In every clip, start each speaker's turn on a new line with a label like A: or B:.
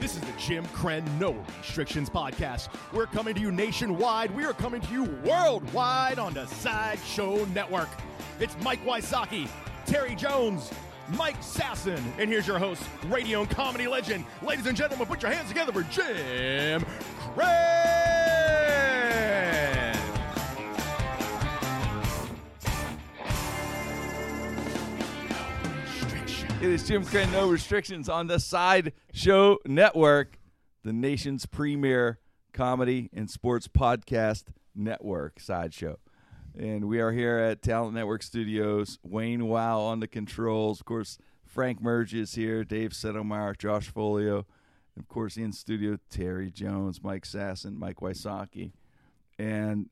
A: This is the Jim Crenn No Restrictions Podcast. We're coming to you nationwide. We are coming to you worldwide on the Sideshow Network. It's Mike Wysocki, Terry Jones, Mike Sasson, and here's your host, radio and comedy legend. Ladies and gentlemen, put your hands together for Jim Crenn.
B: It is Jim Crane, no restrictions on the Side Show Network, the nation's premier comedy and sports podcast network, Sideshow. And we are here at Talent Network Studios. Wayne Wow on the controls. Of course, Frank Merge is here, Dave Settlemeyer, Josh Folio. And of course, in studio, Terry Jones, Mike Sasson, Mike Wysocki. And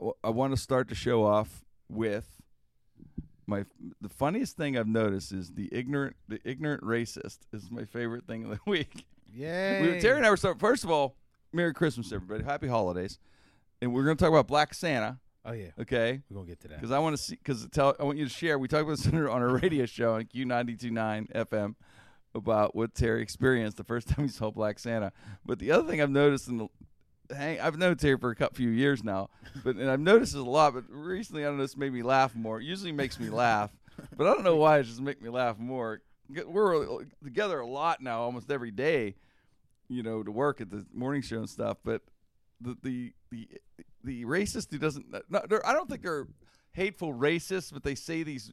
B: l- I want to start the show off with my the funniest thing I've noticed is the ignorant the ignorant racist is my favorite thing of the week.
C: Yeah.
B: We, Terry and I were so first of all, Merry Christmas everybody, Happy Holidays, and we're going to talk about Black Santa,
C: Oh yeah.
B: okay?
C: We're gonna get to that.
B: Because I want to see because tell I want you to share. We talked about this on our- on our radio show on Q 92.9 FM about what Terry experienced the first time he saw Black Santa. But the other thing I've noticed in the Hey, I've known Terry for a couple few years now, but and I've noticed it a lot. But recently, I don't know, this made me laugh more. It usually makes me laugh, but I don't know why it just make me laugh more. G- We're really together a lot now, almost every day, you know, to work at the morning show and stuff. But the the the, the racist who doesn't, no, they're- I don't think they're hateful racists, but they say these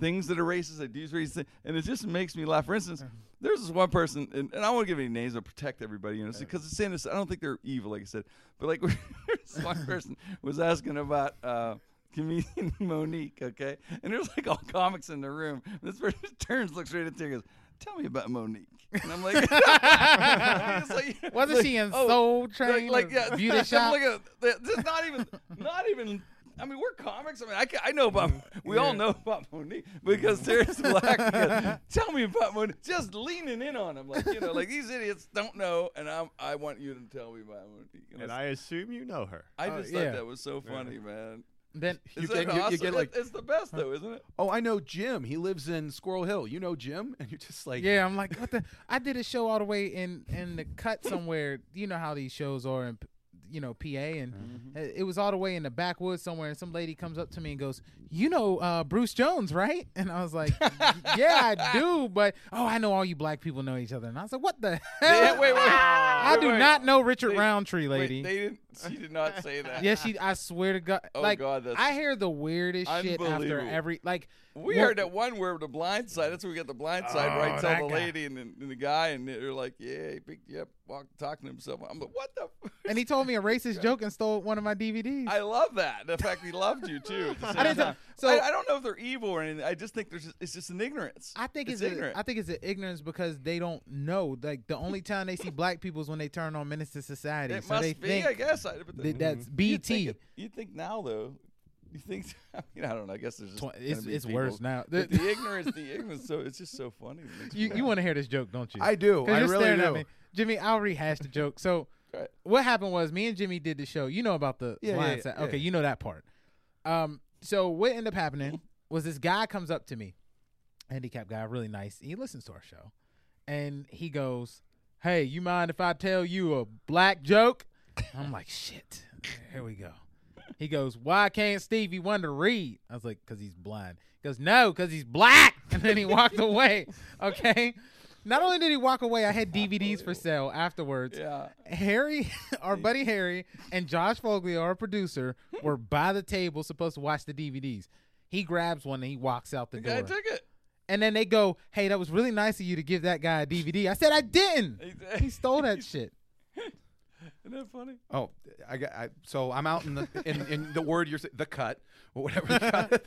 B: things that are racist. They do these racist, thi- and it just makes me laugh. For instance, there's this one person, and, and I won't give any names to protect everybody, you know, because it's innocent. I don't think they're evil, like I said, but like this one person was asking about. Uh, Comedian Monique, okay, and there's like all comics in the room. This person turns, looks right at Terry, and goes, "Tell me about Monique," and I'm like, it's like-
C: Wasn't
B: like,
C: she in
B: oh,
C: Soul Train?
B: like, like yeah,
C: Beauty
B: I'm
C: Shop.
B: Like a, th- this is not even, not even. I mean, we're comics. I mean, I, ca- I know about.
C: Mm,
B: We all know about Monique because there's black. because, Tell me about Monique. Just leaning in on him, like you know, like these idiots don't know, and I'm, I want you to tell me about Monique.
D: And I assume you know her.
B: I
C: Oh,
B: just
C: yeah.
B: thought that was so funny, man.
C: then
B: Is
D: get-
B: that
D: you- you
B: awesome?
D: get,
B: It-
D: like-
B: it's the best though, isn't it?
D: Oh, I know Jim. He lives in Squirrel Hill. You know Jim? And you're just like,
C: yeah, I'm like, what the? I did a show all the way in in the cut somewhere. You know how these shows are in, you know, PA, and
B: Mm-hmm.
C: uh, it was all the way in the backwoods somewhere. And some lady comes up to me and goes, "You know uh, Bruce Jones, right?" And I was like, "Yeah, I do," but oh, I know all you black people know each other. And I was like, "What the hell?"
B: Yeah, wait, wait.
C: I
B: wait,
C: do
B: wait.
C: not know Richard
B: Wait,
C: Roundtree,
B: Wait,
C: lady.
B: they didn't. She did not say that.
C: yeah, she. I swear to God,
B: Oh,
C: like
B: God, that's
C: I hear the weirdest shit after
B: unbelievable.
C: every like.
B: We
C: well, Oh,
B: heard that one word, the blind side. That's where we got the blind side, right?
C: that
B: Tell the
C: guy.
B: lady and, the- and the guy, and they're like, yeah, he picked you up, walk, talking to himself. I'm like, what the? F-?
C: and he told me a racist joke and stole one of my DVDs.
B: I love that. The fact he loved you, too. at the same
C: didn't tell-
B: time.
C: so-
B: I, I don't know if they're evil or anything. I just think there's just, it's just an ignorance.
C: I think it's, a,
B: ignorant.
C: I think it's an ignorance because they don't know. Like the only time they see black people is when they turn on Menace to Society.
B: it
C: so
B: must
C: they
B: be,
C: think
B: I guess. I, but
C: that that's
B: you think,
C: BT.
B: it- you think now, though, you think, I mean, I don't know. I guess there's just.
C: Twen-
B: gonna
C: It's,
B: be
C: it's
B: people-
C: worse now.
B: But the ignorance, the ignorance. So it's just so funny. It makes me
C: you you
B: laugh.
C: want to hear this joke, don't you?
D: I do.
C: 'Cause
D: I
C: you're
D: really
C: staring
D: do.
C: at me, Jimmy. I'll rehash the joke. So
B: Go ahead.
C: what happened was me and Jimmy did the show. You know about the
D: Yeah, yeah,
C: blind
D: yeah,
C: side.
D: yeah,
C: okay,
D: yeah.
C: you know that part. Um, so what ended up happening was this guy comes up to me, handicap guy, really nice. He listens to our show, and he goes, "Hey, you mind if I tell you a black joke?" I'm like, "Shit, here we go." He goes, "Why can't Stevie Wonder read?" I was like, "Cause he's blind." He goes, "No, cause he's black." And then he walked away. Okay. Not only did he walk away, I had DVDs for sale afterwards.
B: Yeah.
C: Harry, our buddy Harry, and Josh Fogley, our producer, were by the table supposed to watch the DVDs. He grabs one and he walks out the
B: The guy
C: door.
B: took it.
C: And then they go, "Hey, that was really nice of you to give that guy a DVD." I said, "I didn't." He stole that shit.
B: Isn't that funny?
D: Oh, I got. I, so I'm out in the in, in the word you're sa- the cut or whatever the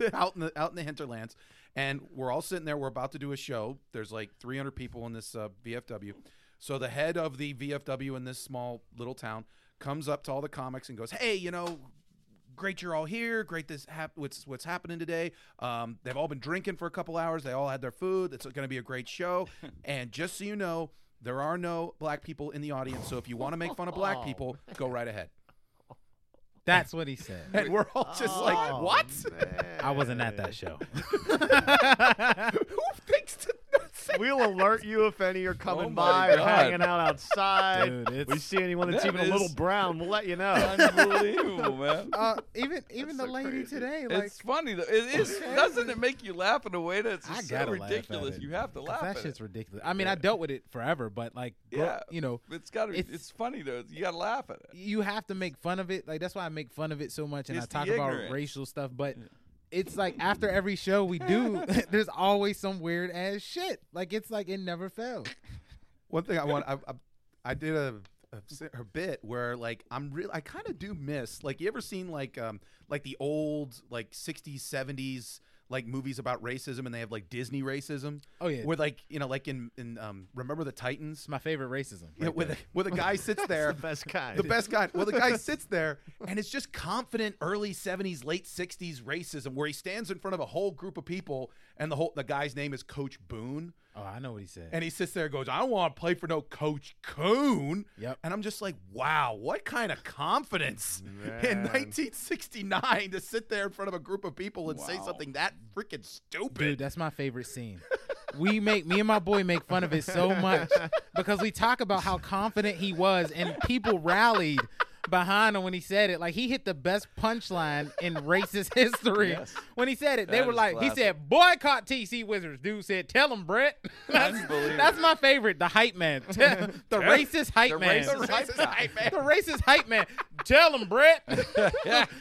D: cut, out in the out in the hinterlands, and we're all sitting there. We're about to do a show. There's like 300 people in this uh, VFW. So the head of the VFW in this small little town comes up to all the comics and goes, "Hey, you know." Great, you're all here. Great, this hap- what's what's happening today. Um, they've all been drinking for a couple hours. They all had their food. It's going to be a great show. and just so you know, there are no black people in the audience. So if you want to make fun of black people, go right ahead.
C: That's what he said.
D: And we're all just like, what?
C: I wasn't at that show.
D: Who thinks to
E: We'll alert you if any are coming
D: Oh
B: my
E: by or
B: God.
E: hanging out outside.
C: Dude, it's-
E: we see anyone that's
B: That
E: even a little
B: is-
E: brown, we'll let you know.
B: Unbelievable, man.
C: Uh, even even the
E: so
C: lady
E: crazy.
C: today, like
B: it's funny though. It is. Doesn't it make you laugh in a way that's
C: I
B: just so
C: gotta laugh at
B: ridiculous?
C: it.
B: You have to
C: 'Cause
B: laugh.
C: That
B: at
C: shit's
B: it.
C: ridiculous. I mean, I dealt with it forever, but like, gro-
B: Yeah.
C: you know,
B: It's got to. It's,
C: It's-
B: it's funny though. You got to laugh at it.
C: you have to make fun of it. Like that's why I make fun of it so much, and
B: It's the
C: I talk about
B: ignorance.
C: racial stuff. But it's like after every show we do, there's always some weird ass shit. Like it's like it never fails.
D: One thing I want, I, I, I did a, a, s- a bit where like I'm real, I kind of do miss like you ever seen like um like the old like 60s 70s like movies about racism and they have like Disney racism.
C: Oh, yeah.
D: where like you know like in in um remember the Titans
C: It's my favorite racism.
D: Yeah, where the, where the guy sits there.
E: Best kind.
D: The best guy. Well, the guy sits there, and it's just confident early '70s, late '60s racism, where he stands in front of a whole group of people, and the whole the guy's name is Coach Boone,
C: Oh, I know what he said.
D: and he sits there and goes, "I don't want to play for no Coach Coon."
C: Yep.
D: And I'm just like, "Wow, what kind of confidence in
E: Man.
D: 1969 to sit there in front of a group of people and say something that freaking
C: Dude,
D: stupid?"
C: that's my favorite scene. We make me and my boy make fun of it so much because we talk about how confident he was and people rallied behind him when he said it. Like he hit the best punchline in racist history
B: Yes.
C: when he said it. they
B: That
C: were
B: is
C: like, he
B: classic.
C: said, boycott TC Wizards. Dude said, tell him, Brett. That's,
B: Unbelievable.
C: that's my favorite. The hype man. the racist hype
B: The
C: man.
B: racist hype guy.
C: the racist hype man. Tell him, Brett.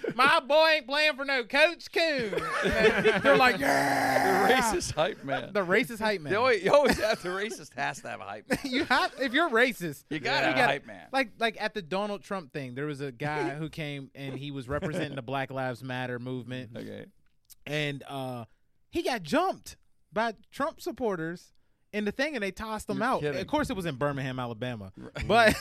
C: my boy ain't playing for no Coach Coon. And they're like, yeah
B: The racist hype man.
C: the racist hype man.
B: you always, you always have the racist has to have a hype. Man.
C: you have if you're racist,
B: You gotta have a hype man.
C: Like like at the Donald Trump thing, there was a guy who came and he was representing the Black Lives Matter movement,
B: Okay.
C: and uh, he got jumped by Trump supporters in the thing, and they tossed him
B: You're
C: out.
B: kidding.
C: Of course, it was in Birmingham, Alabama, but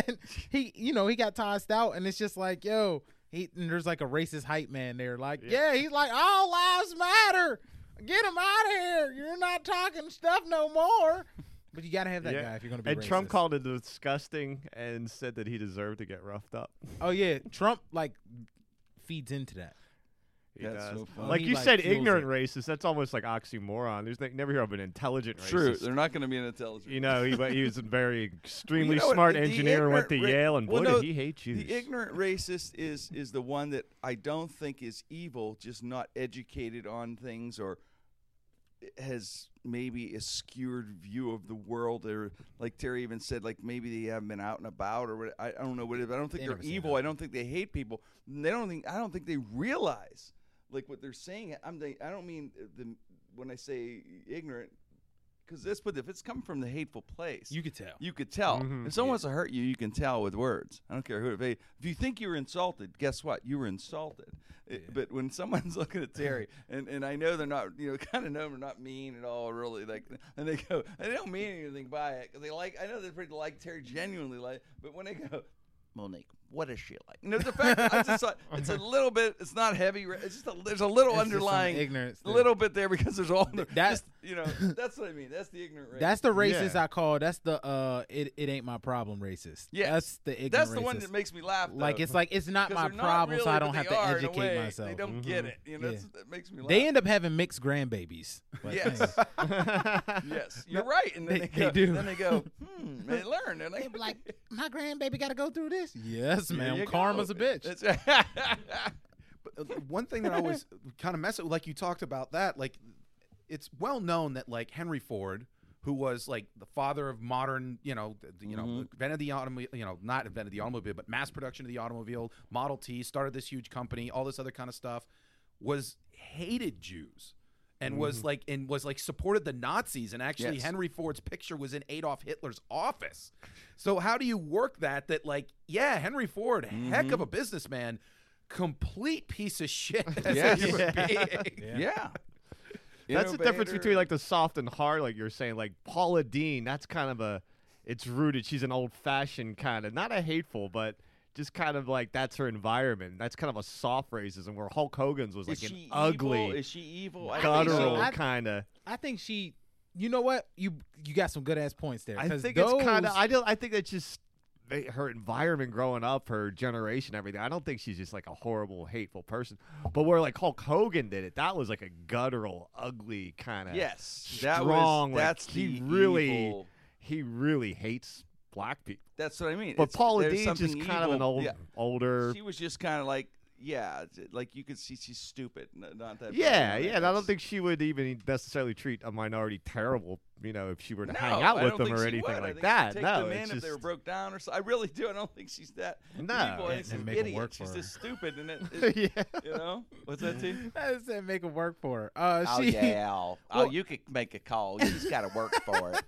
C: he you know he got tossed out, and it's just like yo. He, and there's like a racist hype man there. Like, yeah, he's like, all lives matter. Get him out of here. You're not talking stuff no more. But you got to have that guy if you're going to be
E: and
C: racist.
E: Trump called it disgusting and said that he deserved to get roughed up.
C: Oh yeah, Trump like feeds into that.
E: He
B: That's
E: does.
B: so funny.
E: Like
C: He,
E: you
C: like,
E: said,
C: fuels
E: ignorant
C: it.
E: racist. That's almost like oxymoron. There's like, never hear of an intelligent
B: True.
E: racist.
B: They're not going to be an intelligent.
E: You know, he, he was a very extremely
B: You know what,
E: smart
B: the
E: engineer and went to
B: ignorant ra-
E: Yale, and boy,
B: well, no,
E: did he hate you.
B: The ignorant racist is is the one that I don't think is evil, just not educated on things or has maybe a skewed view of the world, or like Terry even said, like maybe they haven't been out and about, or what, I, I don't know what it is. but I don't think
C: They
B: they are
C: never say
B: evil.
C: that.
B: I don't think they hate people. And They don't think. I don't think they realize like what they're saying. I'm. They, I don't mean the when I say ignorant. Because this, but if it's coming from the hateful place,
C: You could tell.
B: you could tell.
C: Mm-hmm.
B: If someone wants to hurt you, you can tell with words. I don't care who. If, they, if you think you were insulted, guess what? You were insulted. It- but when someone's looking at Terry, and, and I know they're not, you know, kind of know they're not mean at all, really. Like, and they go, and they don't mean anything by it. 'cause they like, I know they pretty like Terry genuinely, like, but when they go. Monique, what is she like? You know, the fact that I just thought it's a little bit. It's not heavy. ra- It's just a, there's a little
C: It's just some
B: underlying
C: ignorance there.
B: little bit there because there's all the,
C: That-
B: just, you know. That's what I mean. That's the ignorant. race.
C: That's the racist
E: Yeah.
C: I call. That's the uh, it, it ain't my problem racist.
B: Yes.
C: that's the ignorant.
B: That's the one
C: racist.
B: that makes me laugh.
C: like
B: though,
C: it's like it's not
B: 'cause
C: my
B: they're not
C: problem, so
B: really,
C: I
B: but
C: don't have
B: they
C: to
B: are in a
C: educate
B: way.
C: myself.
B: They don't get it. You know,
C: Yeah.
B: that's, that makes me laugh.
C: They end up having mixed grandbabies. But
B: Yes.
C: hey,
B: yes, you're right. And then
C: They-
B: they,
C: they
B: go,
C: do.
B: Then they go. Hmm. They learn. They're like,
C: they be like my grandbaby got to go through this. Yes,
B: "Here you
C: ma'am.
B: go."
C: Karma's a bitch.
B: It's-
D: But, uh, one thing that I always kind of mess with, like you talked about that, like it's well known that like Henry Ford, who was like the father of modern, you know, th- you know, invented the automobile, you know, not invented the automobile, but mass production of the automobile, Model T, started this huge company, all this other kind of stuff, was hated Jews. And was like and was like supported the Nazis and actually
B: Yes.
D: Henry Ford's picture was in Adolf Hitler's office. So how do you work that that like yeah Henry Ford heck
B: Mm-hmm.
D: of a businessman complete piece of shit as
B: Yes.
D: a human
E: Yeah.
D: being.
B: yeah.
E: That's the difference
B: Innovator.
E: between like the soft and hard, like you're saying. Like Paula Dean, that's kind of a, it's rooted. She's an old fashioned kind of, not a hateful, but just kind of like that's her environment. That's kind of a soft racism where Hulk Hogan's was like
B: Is
E: an
B: she Evil?
E: ugly,
B: Is she evil? I think so.
E: guttural
C: I-
E: kind of.
C: I think she. You know what? You you got some good ass points there.
E: I
C: 'cause
E: think it's kind
C: those-
E: of. I don't. I think that's just they, her environment growing up, her generation, everything. I don't think she's just like a horrible, hateful person. But where like Hulk Hogan did it, that was like a guttural, ugly kind of
B: Yes, that was-
E: strong. like,
B: that's
E: he
B: the
E: really
B: evil-
E: he really hates black people.
B: That's what I mean.
E: But
B: It's-
E: Paula
B: there's
E: Dean's is
B: something
E: kind of an
B: evil-
E: old,
B: yeah.
E: older.
B: She was just kind of like, yeah, it's- like you could see she's stupid, n- not that.
E: yeah,
B: bad.
E: yeah. And I don't
B: It's-
E: think she would even necessarily treat a minority terrible. You know, if she were to hang
B: No,
E: out
B: I
E: with
B: don't
E: them
B: think
E: or
B: she
E: anything
B: would. I
E: like
B: think she'd
E: that.
B: Take
E: no,
B: them
E: it's
B: in if
E: just
B: they were broke down or so. I really do. I don't think she's that.
E: No.
B: evil. and
E: And-
B: she's
C: and
B: an
C: make 'em
B: idiot.
C: work
B: she's
C: for
B: just stupid, and it, it-
E: yeah.
B: you know what's that T?
C: I said make it work for her. Uh,
B: Oh
C: she,
B: yeah. Oh,
C: well-
B: you could make a call. You just got to work for it.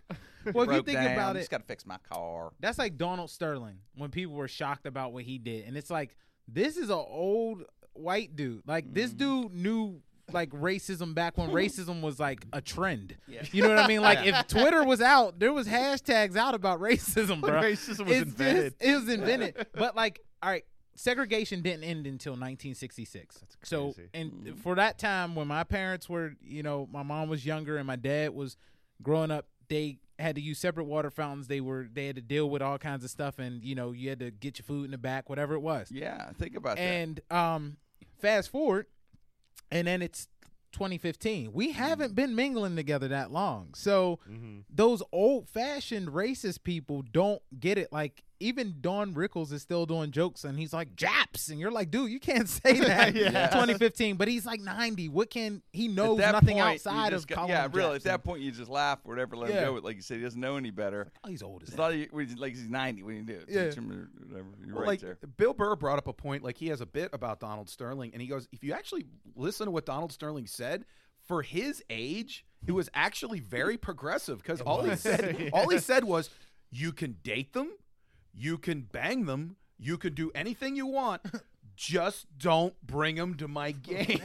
C: Well, if you
B: Broke
C: think
B: down,
C: about it,
B: just got to fix my car.
C: that's like Donald Sterling when people were shocked about what he did, and it's like this is a old white dude. Like
E: Mm-hmm.
C: this dude knew like racism back when racism was like a trend.
B: Yeah.
C: You know what I mean? Like if Twitter was out, there was hashtags out about racism, bro.
E: Racism was
C: It's just-
E: invented.
C: it was invented, but like all right. Segregation didn't end until 1966. So,
E: crazy.
C: and for that time, when my parents were, you know, my mom was younger and my dad was growing up they had to use separate water fountains they were they had to deal with all kinds of stuff and you know you had to get your food in the back whatever it was
B: Yeah, think about
C: and um fast forward and then it's 2015
B: Mm-hmm.
C: we haven't been mingling together that long so those old fashioned racist people don't get it like even Don Rickles is still doing jokes and he's like Japs and you're like dude you can't say that
E: Yeah.
B: Yeah.
C: 2015 but he's like 90 what can he
B: that.
C: knows
B: At that
C: nothing
B: point, you
C: outside
B: just
C: of
B: go-
C: calling
B: yeah,
C: him
B: really. At
C: Japs and-
B: that point, you just laugh or whatever, let
C: Yeah.
B: him go. Like you said, he doesn't know any better.
C: Oh, he's old as
B: It's
C: hell.
B: not like- like he's ninety when you do it.
C: Yeah.
B: Teach him or whatever. You're
D: Well,
B: right
D: like
B: there.
D: Bill Burr brought up a point, like he has a bit about Donald Sterling, and he goes, if you actually listen to what Donald Sterling said, for his age, it was actually very progressive because all he said, all he said was, you can date them, you can bang them, you can do anything you want. Just don't bring them to my games.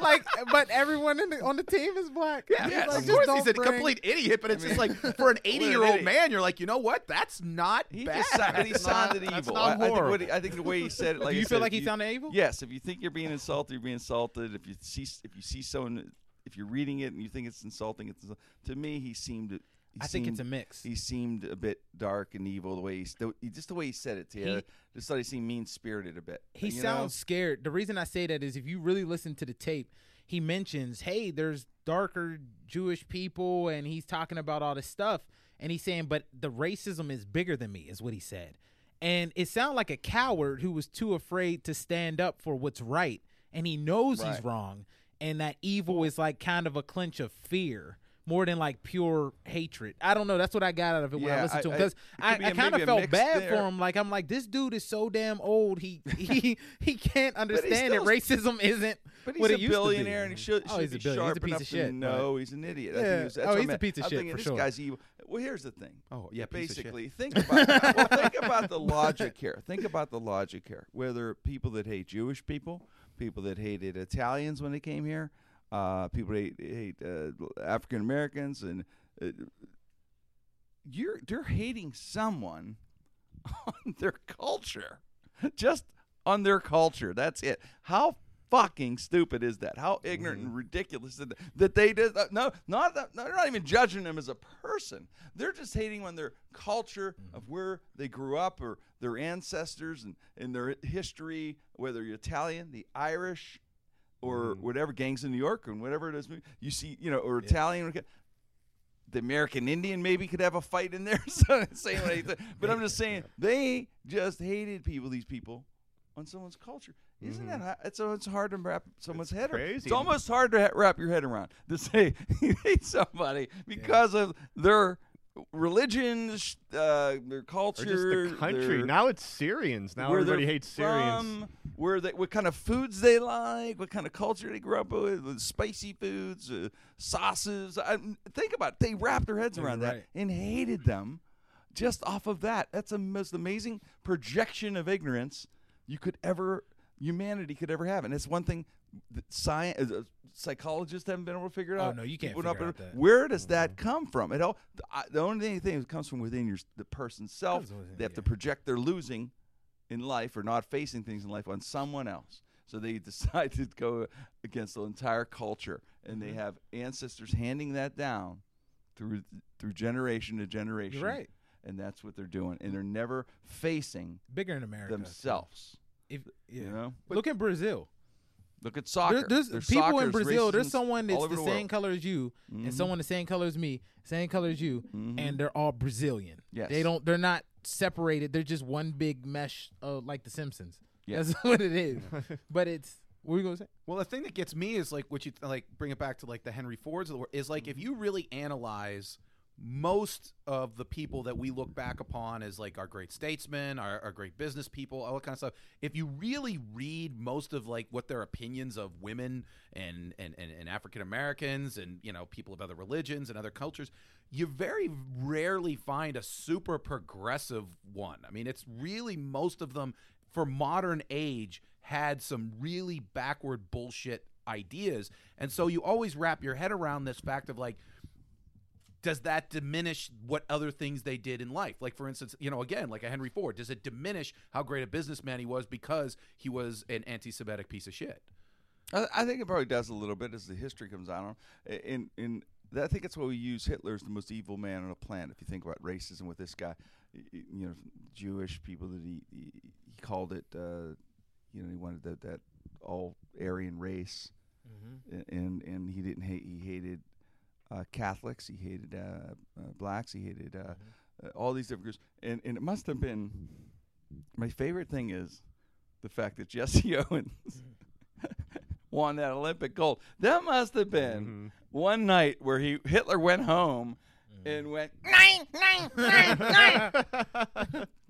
C: like, but everyone in the, on the team is black.
D: Yeah,
C: He's
D: yes,
C: like,
D: of
C: "Just
D: course
C: don't
D: he's a
C: bring-
D: complete idiot, but it's just like for an 80 year old
B: idiot.
D: man, you're like, you know what? That's not
B: He
D: bad.
B: just sounded, he
E: That's not-
B: sounded
E: that's
B: evil.
E: not
B: I, I think what
E: horrible.
B: he, I think the way he said it. Like
C: Do
B: I
C: you
B: said,
C: feel like
B: if
C: he
B: you-
C: sounded evil?
B: Yes. If you think you're being insulted, you're being insulted. If you see, if you see someone, if you're reading it and you think it's insulting, it's insult- to me he seemed. He
C: I think it's a
B: seemed-
C: mix.
B: He seemed a bit dark and evil the way he, st- just the way he said it to you.
C: He-
B: just thought he seemed mean spirited a bit.
C: He
B: you know?
C: sounds scared. The reason I say that is if you really listen to the tape, he mentions, "Hey, there's darker Jewish people," and he's talking about all this stuff, and he's saying, "But the racism is bigger than me," is what he said, and it sounded like a coward who was too afraid to stand up for what's right, and he knows he's
B: Right.
C: wrong, and that evil is like kind of a clinch of fear. More than like pure hatred. I don't know. That's what I got out of it when I
B: Yeah,
C: listened to
B: I-
C: him
B: I-
C: because
B: it
C: I,
B: could be
C: I
B: a-
C: kind
B: maybe
C: of
B: a
C: felt
B: mix
C: bad for
B: there.
C: him. Like I'm like this dude is so damn old. He he he can't understand that
B: still-
C: racism isn't
B: But he's
C: what
B: a
C: it used to be.
B: billionaire, and he should,
C: Oh,
B: should
C: he's a
B: be
C: billionaire. He's
B: sharp
C: a piece
B: enough
C: of
B: to
C: shit, but-
B: know he's an idiot. I
C: Yeah.
B: think he was, that's
C: Oh,
B: what I
C: he's a
B: meant.
C: piece of
B: I'm
C: shit
B: thinking,
C: for
B: this
C: sure.
B: Guy's evil. Well, here's the thing.
D: Oh, yeah, piece of shit.
B: Basically, think about that. well, think about the logic here. Think about the logic here. Whether people that hate Jewish people, people that hated Italians when they came here, uh, people that hate, hate uh, African Americans, and uh, you're they're hating someone on their culture. Just on their culture. That's it. How fucking stupid is that? How ignorant and ridiculous is that, that they did uh, no not that, no, they're not even judging them as a person. They're just hating on their culture of where they grew up or their ancestors and, and their history, whether you're Italian, the Irish, or
E: Mm-hmm.
B: whatever gangs in New York and whatever it is you see, you know, or Italian the American Indian maybe could have a fight in there. so I'm not saying what I th- but I'm just saying they just hated people. These people on someone's culture. Isn't that hi- it's so it's hard to wrap someone's head around.
E: Mm-hmm. crazy.
B: It's almost hard to ha- wrap your head around to say you hate somebody because of their religion, sh- uh, their
E: Or
B: culture,
E: just the country.
B: their-
E: Now it's Syrians. Now
B: where
E: everybody
B: they're
E: hates Syrians.
B: from, where they, what kind of foods they like, what kind of culture they grew up with, with spicy foods, uh, sauces. I, think about it. They wrapped their heads around
C: right.
B: that and hated them just off of that. That's the most amazing projection of ignorance you could ever, humanity could ever have. And it's one thing that science, uh, psychologists haven't been able to figure it
C: Oh,
B: out.
C: no, you can't
B: People not
C: figure
B: been-
C: out that. Mm-hmm.
B: Where does that come from? It all, the, I, the only thing, thing that comes from within your the person's self,
C: Comes within,
B: they have to
C: yeah.
B: project their losing in life or not facing things in life on someone else. So they decide to go against the entire culture, and
C: Mm-hmm.
B: they have ancestors handing that down through through generation to generation.
C: right.
B: and that's what they're doing, and they're never facing
C: Bigger in America.
B: themselves.
C: If, yeah.
B: You know,
C: Look in Brazil.
B: look at soccer.
C: There- there's
B: There's
C: people
B: soccer,
C: in Brazil. There's
B: racism's
C: someone that's
B: all over
C: the,
B: world. Mm-hmm.
C: same color as you, and someone the same color as me, same color as you, and they're all Brazilian.
B: Yes.
C: they don't. They're not separated. They're just one big mesh, uh, like The Simpsons.
B: Yeah.
C: That's what it is. but it's what were you gonna say?
D: Well, the thing that gets me is like what you like bring it back to like the Henry Fords of the world is like if you really analyze most of the people that we look back upon as like our great statesmen, our, our great business people, all that kind of stuff. If you really read most of like what their opinions of women and and, and, and African Americans and you know people of other religions and other cultures, you very rarely find a super progressive one. I mean, it's really most of them for modern age had some really backward bullshit ideas. And so you always wrap your head around this fact of like, does that diminish what other things they did in life? Like, for instance, you know, again, like a Henry Ford, does it diminish how great a businessman he was because he was an anti Semitic piece of shit?
B: I, I think it probably does a little bit as the history comes out. In in I think that's why we use Hitler as the most evil man on the planet. If you think about racism with this guy, y- y- you know, Jewish people that he he, he called it, uh, you know, he wanted that that all Aryan race, A- and and he didn't hate he hated uh, Catholics, he hated uh, uh, blacks, he hated uh, uh, all these different groups, and and it must have been my favorite thing is the fact that Jesse Owens won that Olympic gold. That must have been
C: Mm-hmm.
B: one night where he Hitler went home and went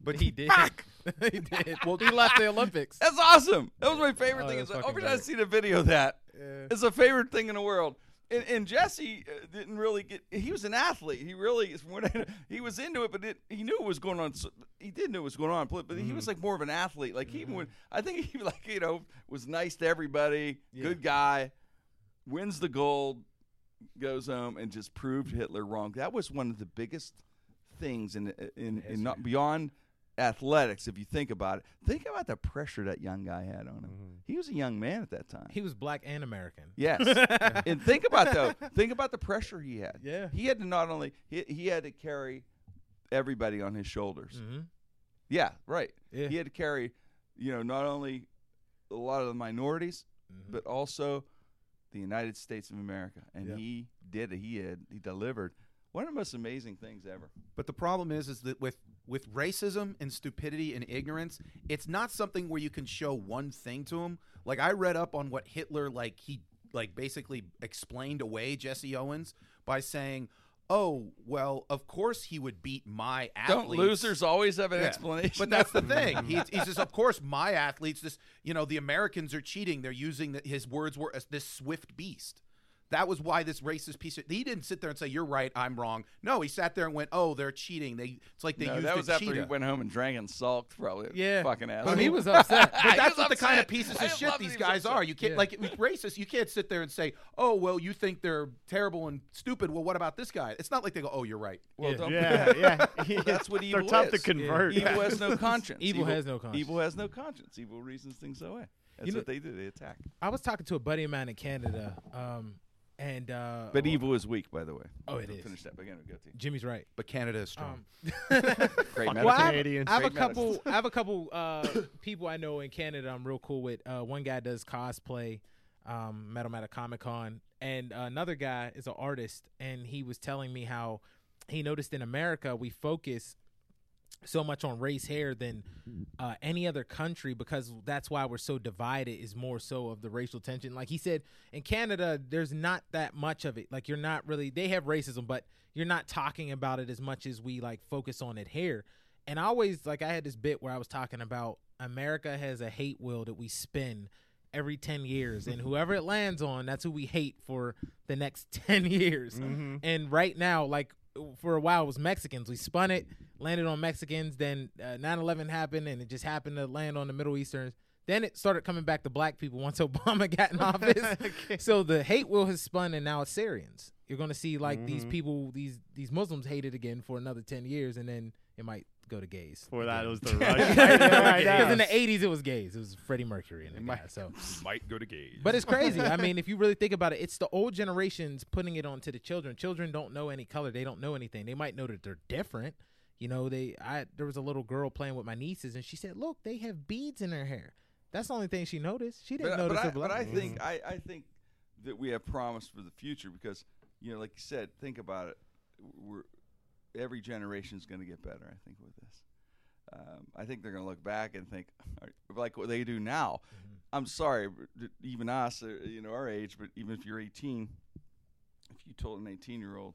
C: But he did. he did. Well, he left the Olympics.
B: That's awesome. That was my favorite
C: Oh,
B: thing.
C: that's
B: It's like,
C: fucking
B: every time I
C: great.
B: see the video of that,
C: Yeah.
B: it's a favorite thing in the world. And, and Jesse uh, didn't really get. He was an athlete. He really is- when I- he was into it, but it, he knew what was going on. So- He did know what was going on, but but he
C: Mm-hmm.
B: was like more of an athlete. Like he even when I think he like you know was nice to everybody, good guy, wins the gold, goes home and just proved Hitler wrong. That was one of the biggest things in in, in not beyond athletics. If you think about it, think about the pressure that young guy had on him. He was a young man at that time.
C: Mm-hmm. He was black and American.
B: Yes, and think about though, think about the pressure he had.
C: Yeah.
B: he had to not only he, he had to carry everybody on his shoulders.
C: Mm-hmm.
B: Yeah, right.
C: Mm. Yeah.
B: He had to carry, you know, not only a lot of the minorities,
C: Mm-hmm.
B: but also the United States of America, and he did it. He had he delivered one of the most amazing things ever.
D: But the problem is, is that with with racism and stupidity and ignorance, it's not something where you can show one thing to him. Like I read up on what Hitler like he like basically explained away Jesse Owens by saying, "Oh, well, of course he would beat my athletes."
B: Don't losers always have an
D: Yeah.
B: explanation?
D: But that's the thing. He, he says, of course, my athletes. This, you know, the Americans are cheating. They're using the, his words were as this swift beast. That was why this racist piece. Of, he didn't sit there and say, "You're right, I'm wrong." No, he sat there and went, "Oh, they're cheating." They. It's like they
B: No,
D: used
B: that
D: a
B: was after
D: cheetah.
B: he went home and drank and sulked, probably.
C: Yeah.
B: fucking asshole.
C: But he was upset.
B: He
D: But that's
B: was
D: what the kind of
B: upset.
D: pieces
B: I
D: of shit
B: love that
D: these
B: he was
D: guys
B: upsett.
D: are. You can't
C: Yeah.
D: like with racist. You can't sit there and say, "Oh, well, you think they're terrible and stupid." Well, what about this guy? It's not like they go, "Oh, you're right."
B: Well,
C: Yeah.
B: don't
E: Yeah, yeah.
B: That's what evil
E: They're tough
B: is.
E: to convert.
B: Evil has no conscience.
C: Evil has no conscience.
B: Evil has no conscience. Evil reasons things away. That's
C: You know-
B: what they do. They attack.
C: I was talking to a buddy of mine in Canada, um, and uh,
B: But evil is weak, by the way.
C: Oh, it
B: We'll
C: is.
B: Finish that. But again, we'll go to you.
C: Jimmy's right.
D: But Canada is strong.
C: Um,
B: Great
E: Fuck
B: medicine.
E: Well, I-
C: I have a
B: Great medicine.
C: couple. I have a couple uh, people I know in Canada. I'm real cool with. Uh, one guy does cosplay, um, met him at a comic con, and another guy is an artist, and he was telling me how he noticed in America we focus so much on race hair than uh, any other country because that's why we're so divided is more so of the racial tension like he said in canada there's not that much of it like you're not really they have racism but you're not talking about it as much as we like focus on it here and i always like i had this bit where i was talking about america has a hate will that we spin every 10 years and whoever it lands on that's who we hate for the next 10 years
E: Mm-hmm.
C: and right now like for a while it was mexicans we spun it landed on mexicans then uh, 9-11 happened and it just happened to land on the middle easterns then it started coming back to black people once obama got in office so the hate will has spun and now it's syrians you're going to see like these people these these muslims hate it again for another 10 years and then it might go to gays
E: Before that, oh, it
C: again.
E: was the rush.
C: because in the '80s it was gays. It was Freddie Mercury and the guy, so
D: Might go to gay.
C: but it's crazy. I mean, if you really think about it, it's the old generations putting it onto the children. Children don't know any color. They don't know anything. They might know that they're different. You know, they I there was a little girl playing with my nieces, and she said, "Look, they have beads in their hair." That's the only thing she noticed. She didn't
B: But,
C: notice Mm.
B: but, I,
C: her black.
B: but I think I, I think that we have promise for the future because you know, like you said, think about it. We're every generation is going to get better. I think with this, um, I think they're going to look back and think like what they do now. I'm sorry, but even us, uh, you know, our age. But even if you're 18, if you told an 18 year old,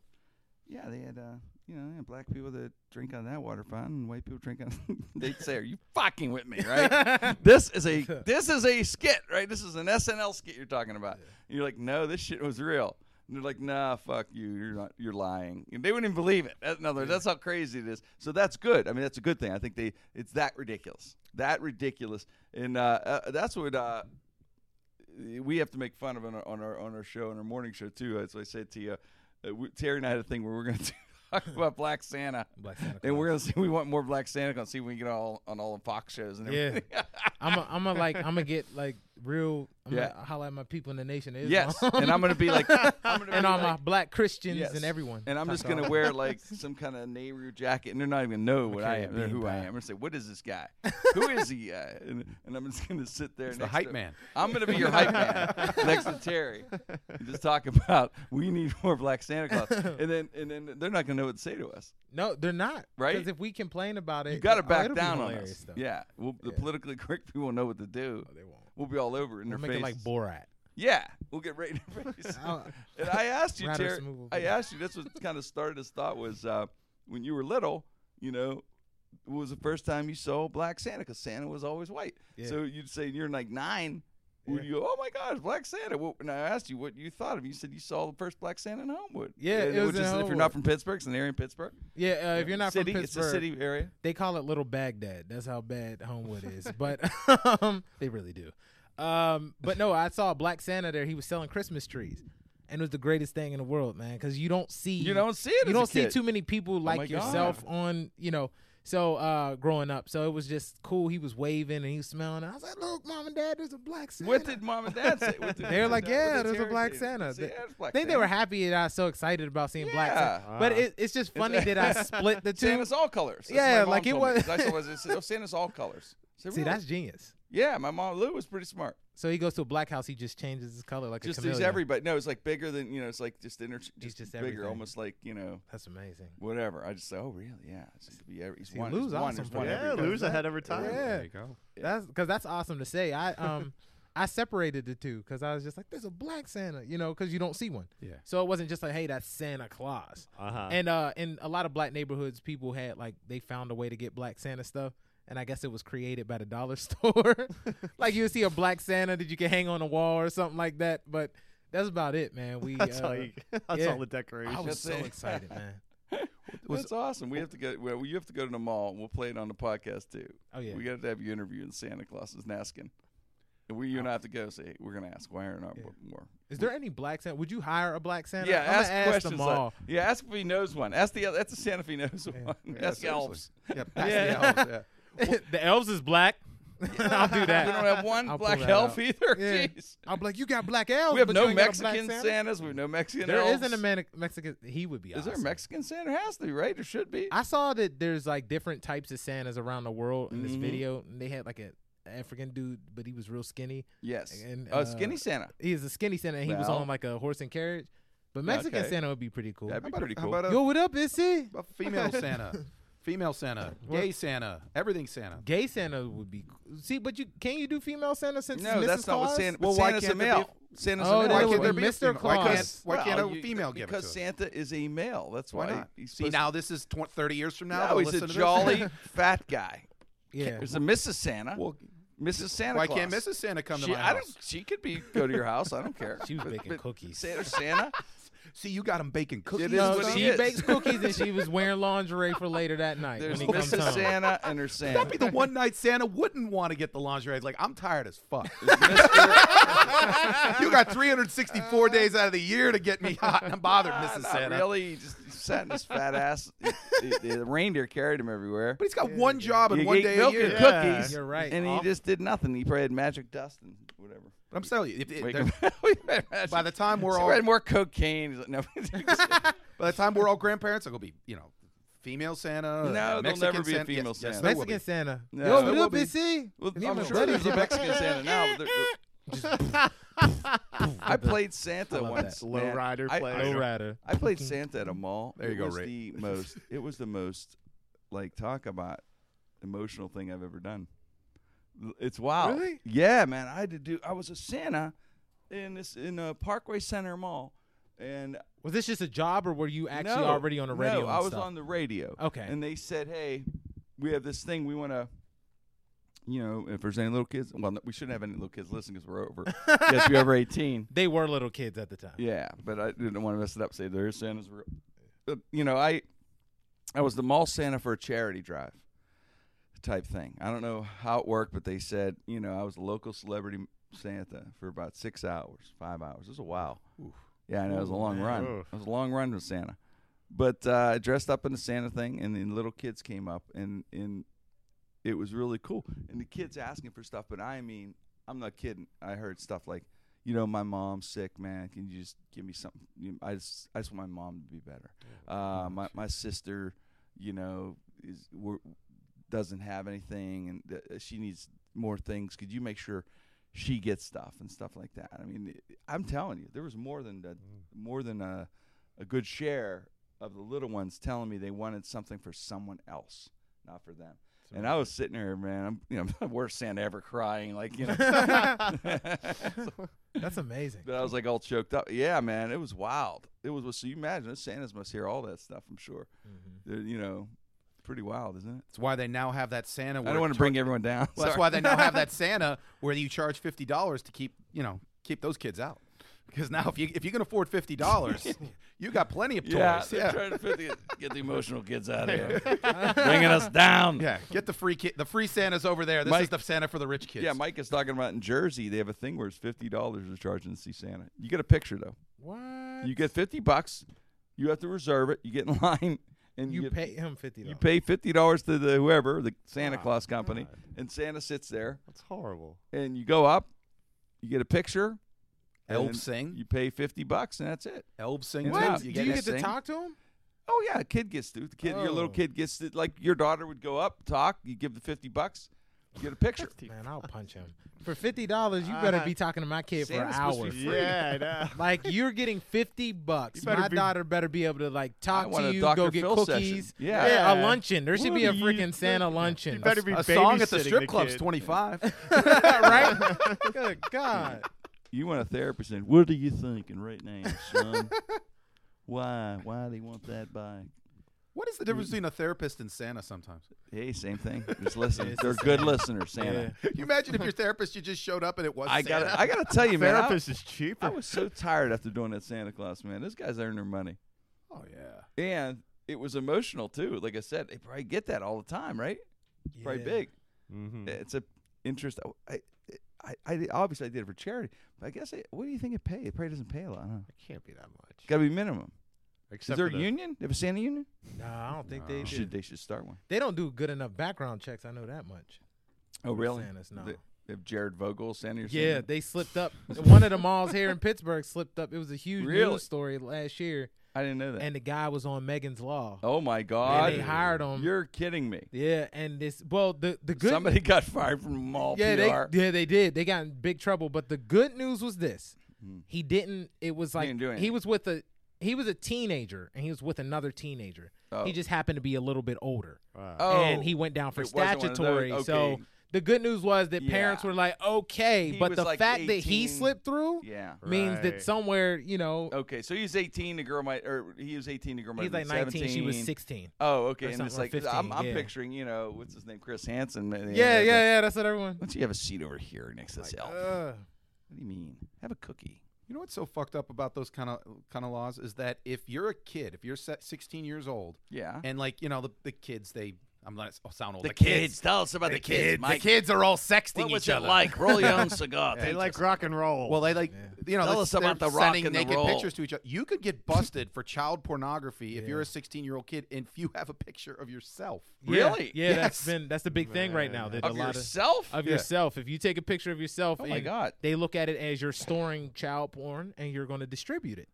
B: yeah, they had uh, you know, they had black people that drink on that water fountain, and white people drink on, they'd say, "Are you fucking with me?" Right? this is a this is a skit, right? This is an SNL skit you're talking about. And you're like, no, this shit was real. And they're like, nah, fuck you. You're not. You're lying. And they wouldn't even believe it. That- In other words, that's how crazy it is. So that's good. I mean, that's a good thing. I think they. It's that ridiculous. That ridiculous. And uh, uh, that's what uh, we have to make fun of on our on our, on our show on our morning show too. As I said to you, uh, we, Terry and I had a thing where we're going to talk about Black Santa,
C: Black Santa
B: and we're going to see we want more Black Santa. Going to see if we can get all on all the Fox shows and
C: Yeah,
B: everything.
C: I'm a, I'm a, like I'm gonna get like real. I'm
B: Yeah.
C: gonna holler at my people in the nation. Of
B: Yes,
C: Islam.
B: and I'm going to be like, I'm gonna
C: and
B: be
C: all
B: like-
C: my black Christians
B: Yes.
C: and everyone.
B: And I'm just gonna wear like some kind of Nehru jacket, and they're not even know what I
C: carry a
B: am, or
C: bean
B: who I
C: bag.
B: am. I'm gonna say, "What is this guy? who is he?" Guy? And, and I'm just gonna sit there.
D: It's the
B: next
D: hype
B: to-
D: man.
B: I'm gonna be your hype man next to Terry. and Just talk about we need more Black Santa Claus, and then and then they're not gonna know what to say to us.
C: No, they're not.
B: Right?
C: Because if we complain about it,
B: You gotta
C: oh,
B: back
C: it'll be
B: down on
C: hilarious,
B: us.
C: though.
B: Yeah, we'll, the politically correct people won't know what to do.
C: they won't.
B: We'll be all over it in
C: We'll
B: their
C: make
B: face.
C: it like Borat.
B: Yeah, we'll get right in your face.
C: I'll-
B: and I asked you,
C: Rather
B: Terry.
C: some movable
B: I
C: video.
B: asked you. That's what kind of started this thought was uh, when you were little. You know, what was the first time you saw Black Santa? Because Santa was always white.
C: Yeah.
B: So you'd say you're like nine. Would you go? Oh my gosh, Black Santa! Well, and I asked you what you thought of. it. You said you saw the first Black Santa in Homewood.
C: Yeah, it was
B: which
C: in
B: is if you're
C: Homewood.
B: not from Pittsburgh, it's an area in Pittsburgh.
C: Yeah, uh, if you're not
B: city,
C: from
B: it's a
C: Pittsburgh,
B: city area.
C: they call it Little Baghdad. That's how bad Homewood is. But um, they really do. Um, but no, I saw a black Santa there. He was selling Christmas trees, and it was the greatest thing in the world, man. Because you don't see
B: You don't see it
C: You
B: as
C: don't
B: a
C: see
B: kid. Oh
C: too many people like
B: my God.
C: yourself on you know. So uh, growing up, so it was just cool. He was waving and he was smelling. And I was like, "Look, mom and dad, there's a black Santa."
B: What did mom and dad say? What did-
C: They were
B: what
C: like,
B: did- what
C: "Yeah,
B: did
C: there's a
B: Terry
C: black
B: say?"
C: Santa."
B: See, yeah,
C: They-
B: there's Black
C: I think they
B: Santa.
C: were happy that I was so excited about seeing black Santa.
E: Ah.
B: Yeah.
E: Uh,
C: But it, it's just funny that I split the two.
B: Santa's all colors. That's what
C: Yeah,
B: my mom
C: like it
B: told me,
C: was-
B: 'cause I saw it as- oh, Santa's all colors. I said,
C: See,
B: "Really?"
C: that's genius.
B: yeah. My mom Lou was pretty smart.
C: So he goes to a black house. He just changes his color like a
B: just
C: chameleon.
B: he's everybody. No, it's like bigger than you know. It's like just inter- just,
C: just
B: bigger,
C: everything.
B: almost like you know
C: That's amazing.
B: whatever. I just say, oh really? Yeah, it seems to be every. He's
C: See,
B: one.
C: Lou's
B: he's one,
C: awesome
B: he's
C: for
B: one
C: that.
B: every-
E: Yeah,
C: every-
E: Lou's ahead every time.
C: Yeah.
D: There you go.
C: That's because that's awesome to say. I um I separated the two because I was just like, there's a black Santa, you know, because you don't see one.
D: Yeah.
C: So it wasn't just like, hey, that's Santa Claus.
E: Uh-huh.
C: And uh, in a lot of black neighborhoods, people had like they found a way to get black Santa stuff. And I guess it was created by the dollar store. like you would see a black Santa that you could hang on a wall or something like that. But that's about it, man. We
E: That's
C: uh,
E: all you, that's
C: yeah.
E: all the decorations.
C: I was
B: That's
C: so
B: it.
C: excited, man.
B: That's awesome. We have to go. Well, you have to go to the mall, and we'll play it on the podcast too.
C: Oh, yeah.
B: we got to have you interviewing Santa Claus's Naskin. And we, you and I have to go. Say we're gonna ask why are not more.
C: Is there any black Santa? Would you hire a black Santa?
B: Yeah,
C: I'm gonna
B: ask questions.
C: them
B: like-
C: all.
B: yeah, ask if he knows one. Ask the. That's a Santa if he knows one. ask the
D: seriously.
B: elves.
D: Yeah, past the elves, yeah.
C: the elves is black. I'll do that.
B: We don't have one
C: I'll pull
B: black
C: that
B: elf
C: out.
B: either.
C: Yeah.
B: Jeez.
C: I'm like, you got black elves.
B: We have
C: but
B: no
C: you ain't got a black
B: Mexican
C: Santa?
B: Santas. We have no Mexican
C: There
B: elves.
C: not a man- Mexican. He would be.
B: Is there a
C: awesome.
B: Mexican Santa? Has to be, right? There should be.
C: I saw that there's like different types of Santas around the world in
B: Mm-hmm.
C: this video, and they had like a African dude, but he was real skinny.
B: yes.
C: and,
B: uh, skinny
C: uh,
B: Santa.
C: He is a skinny Santa, and he was
B: Well.
C: on like a horse and carriage. But Mexican
B: Okay.
C: Santa would be pretty cool.
B: That'd be
D: How about
B: pretty
D: a-
B: cool.
D: How about a,
C: Yo, what up, Issy?
D: a female Santa? Female Santa, gay Santa, everything Santa.
C: Gay Santa would be. Cool. See, but you can you do female Santa since it's
B: no,
C: Mrs.
B: that's not what
C: Claus?
B: Santa.
D: Well,
B: Well,
D: why
B: Santa's a
D: can't there
B: male. Santa's a
C: Oh,
B: male.
C: then
D: Why
C: it
D: can't
C: would
D: there
C: be
D: be Oh, a
C: Mr.
D: female? Why can't-
C: Claus.
D: Why can't,
B: Well,
D: a
B: you-
D: female give
B: Because
D: it to us?
B: Santa is a male. That's
D: Why
B: why.
D: not?
B: He's
D: See,
B: supposed
D: now this is tw- 30 years from
B: to-
D: now.
B: no,
D: they'll
B: he's
D: listen
B: a
D: to this.
B: jolly fat guy.
C: Yeah.
B: There's a Mrs. Santa.
D: Well,
B: Mrs. Santa.
D: Why
B: Claus.
D: can't Mrs. Santa come to
B: She,
D: my
B: I don't.
D: house?
B: She could be go to your house. I don't care.
C: She was
B: But-
C: baking
B: but
C: cookies.
B: Santa, Santa.
D: See, you got him baking cookies.
B: is
D: and
B: what
D: stuff.
B: it
C: she
B: is.
C: bakes cookies and she was wearing lingerie for later that night
B: There's
C: when he comes
B: Mrs.
C: home.
B: Santa and her Santa.
D: That'd be the one night Santa wouldn't want to get the lingerie. Like, I'm tired as fuck. you got 364 days out of the year to get me hot, and I'm bothered,
B: Ah,
D: Mrs.
B: not
D: Santa.
B: Really, he just sat in his fat ass. the, the reindeer carried him everywhere.
D: But he's got one job and
B: You
D: one
B: ate
D: day a
B: milk
D: year.
B: and
E: Yeah.
B: cookies.
C: You're right.
B: And he
C: Awful.
B: just did nothing. He probably had magic dust and whatever.
D: But I'm telling you, if, if
B: Wake
D: there-
B: up- we had magic-
D: by the time we're
B: So
D: all
B: we had more cocaine. He's like, no.
D: by the time we're all grandparents, I'm gonna be you know female Santa?
B: No, there'll
D: a Mexican
B: never be a
D: Santa? Yes,
B: female
D: yes,
B: Santa.
D: there will be.
C: Mexican Santa.
B: No,
C: Yo,
B: there
C: what
B: will
C: up,
B: be.
C: BC?
B: Well,
C: Me and
B: I'm
C: my
B: sure there's
C: buddies
B: a
C: are
B: Mexican Santa now. But they're- I played Santa
C: love
B: once.
E: that. Low
B: man.
E: rider
B: I-
E: play.
B: I-
E: Low
C: Low rider.
B: I played Santa at a mall.
D: There
B: it
D: you go,
B: was
D: Ray.
B: the most it was the most like talk about emotional thing I've ever done. L- It's wild.
E: Really?
B: Yeah, man. I had to do I was a Santa in this in a Parkway Center mall and
C: Was this just a job, or were you actually
B: no,
C: already on the radio?
B: No,
C: and
B: I was
C: stuff?
B: on the radio.
C: Okay.
B: And they said, "Hey, we have this thing we want to you know, if there's any little kids, well, no, we shouldn't have any little kids listening because we're over. yes, you're over 18.
C: They were little kids at the time.
B: Yeah, but I didn't want to mess it up. Say there's Santa's real. But, You know, I I was the mall Santa for a charity drive type thing. I don't know how it worked, but they said you know I was a local celebrity Santa for about six hours, five hours. It was a while. Yeah, I know it was a long run.
E: Oof.
B: It was a long run with Santa. But uh, I dressed up in the Santa thing, and then little kids came up, and and it was really cool. And the kids asking for stuff, but I mean, I'm not kidding. I heard stuff like, you know, my mom's sick, man. Can you just give me something? You- I just, I just want my mom to be better. Uh, my my sister, you know, is we doesn't have anything, and th- she needs more things. Could you make sure she gets stuff and stuff like that? I mean, it- I'm telling you, there was more than a, more than a a good share of the little ones telling me they wanted something for someone else, not for them. And I was sitting there, man. I'm, you know, I'm the worst Santa ever, crying like you know.
C: That's amazing.
B: But I was like all choked up. Yeah, man, it was wild. It was so you imagine those Santas must hear all that stuff. I'm sure. They're, You know, pretty wild, isn't it?
D: That's why they now have that Santa.
B: I
D: where
B: don't want to bring everyone down.
D: Well, that's
B: Sorry.
D: why they now have that Santa where you charge fifty dollars to keep you know keep those kids out. Because now if you if you can afford fifty dollars, you got plenty of toys.
B: Yeah,
D: Yeah,
B: they're trying to fit the, get the emotional kids out of here, bringing us down.
D: Yeah, get the free kid. The free Santa's over there. This
B: Mike-
D: is the Santa for the rich kids.
B: Yeah, Mike is talking about in Jersey. They have a thing where it's fifty dollars to charge to see Santa. You get a picture though.
C: what?
B: You get fifty bucks. You have to reserve it. You get in line and
C: You
B: get-
C: pay him fifty
B: You
C: dollars.
B: pay fifty dollars to the whoever the Santa Claus company, and Santa sits there,
E: That's horrible.
B: and you go up, you get a picture, and
D: Elves
B: then
D: sing.
B: You pay fifty bucks, and that's it.
D: Elves sing.
B: What?
D: too.
B: Do
C: Do
B: you
C: you
B: get
C: get,
B: that
C: to
B: thing?
C: talk to him?
B: Oh yeah, a kid gets to the kid. Your little
C: Oh.
B: kid gets to like your daughter would go up, talk. You give the fifty bucks, you get a picture.
C: Man, I'll punch him. For fifty dollars, you better
E: Uh,
C: be talking to my kid for an
B: Santa's Uh-huh. supposed to
C: hour.
B: be free.
E: Yeah, I know.
C: Like you're getting fifty bucks.
E: better
C: My
E: be-
C: daughter better be able to like
B: I
C: talk
B: want
C: to
B: a
C: you,
B: Dr.
C: go get
B: Phil session.
C: cookies.
B: Yeah.
C: a luncheon. There should be a
E: What are you-
C: freaking Santa luncheon.
E: You better be
D: a song at
E: babysitting
D: the strip club's
E: kid.
D: twenty five.
C: right? Good God.
B: You want a therapist? And what are you thinking right now, son? why? Why they want that bike?
D: what is the difference between a therapist and Santa? Sometimes
B: Hey, same thing. Just listen.
C: It's the
B: They're good listeners, Santa.
D: you imagine if your therapist you just showed up and it was.
B: I
D: Santa.
B: gotta, I gotta tell you, man. I-
E: Therapist is cheaper.
B: I was so tired after doing that Santa Claus, man. Those guys earn their money.
D: oh yeah.
B: And it was emotional too. Like I said, they probably get that all the time, right? Probably
C: Yeah.
B: big.
E: Mm-hmm.
B: It's a interest. oh, I, I, I obviously I did it for charity, but I guess I, what do you think it paid? It probably doesn't pay a lot. Huh?
E: can't be that much.
B: Got to be minimum.
E: Except
B: Is there
E: for
B: a
E: the-
B: union? They have a Santa union?
C: No, I don't think they
D: No.
B: They
C: do.
B: should they should start one.
C: They don't do good enough background checks. I know that much.
B: Oh really?
C: Santas, no.
B: They, they have Jared Vogel Santa. Or
C: Yeah,
B: something?
C: they slipped up. One of the malls here in Pittsburgh slipped up. It was a huge
B: Really?
C: news story last year,
B: I didn't know that.
C: and the guy was on Megan's Law.
B: oh my
C: and
B: God!
C: they hired him.
B: You're kidding me.
C: yeah, and this well, the the good
B: Somebody got fired from mall
C: yeah,
B: PR.
C: they yeah they did. They got in big trouble. But the good news was this: he didn't. It was like
B: Hmm. didn't do
C: he
B: anything.
C: was with a he was a teenager and he was with another teenager.
B: Oh.
C: He just happened to be a little bit older,
E: Wow.
B: oh,
C: and he went down for
B: it wasn't one of those-
C: statutory. So
B: okay.
C: the good news was that parents
B: Yeah.
C: were like, okay,
B: He
C: but
B: was
C: the
B: like
C: fact that he
B: 18.
C: slipped through
B: yeah.
C: means that
E: Right.
C: somewhere you know
B: Okay, so he's 18. The girl might, or he was 18. The girl might.
C: he's
B: be
C: like 19, she was
B: 17.
C: 16.
B: Oh, okay.
C: or
B: And it's like
C: something, or
B: I'm,
C: 15,
B: I'm
C: yeah.
B: picturing, you know, what's his name, Chris Hansen. Yeah,
C: Yeah, yeah, yeah. That's what everyone.
B: Why don't you have a seat over here next to this elf? What
C: Uh,
B: do you mean? Have a cookie.
D: You know what's so fucked up about those kind of kind of laws is that if you're a kid, if you're se- 16 years old,
B: Yeah.
D: and like you know the, the kids, they I'm not I'll sound old.
B: Uh-huh. the kids. Tell us about the, kids. Mike.
D: the kids are all sexting
B: what was
D: each
B: it
D: other.
B: like? Roll your own cigar.
E: They
B: Tell
E: like
B: us.
E: rock and roll.
D: Well, they like you know
B: Tell
D: they're-
B: us about
D: they're
B: the rock
D: sending
B: and the
D: naked
B: roll.
D: pictures to each other. You could get busted for child pornography if you're a 16 year old kid and if you have a picture of yourself.
C: yeah,
B: Really?
C: Yeah,
D: Yes.
C: that's been that's the big thing right now. That
B: of
C: a lot of
B: yourself.
C: of yourself. If you take a picture of yourself,
B: Oh my
C: and
B: God.
C: they look at it as you're storing child porn and you're going to distribute it.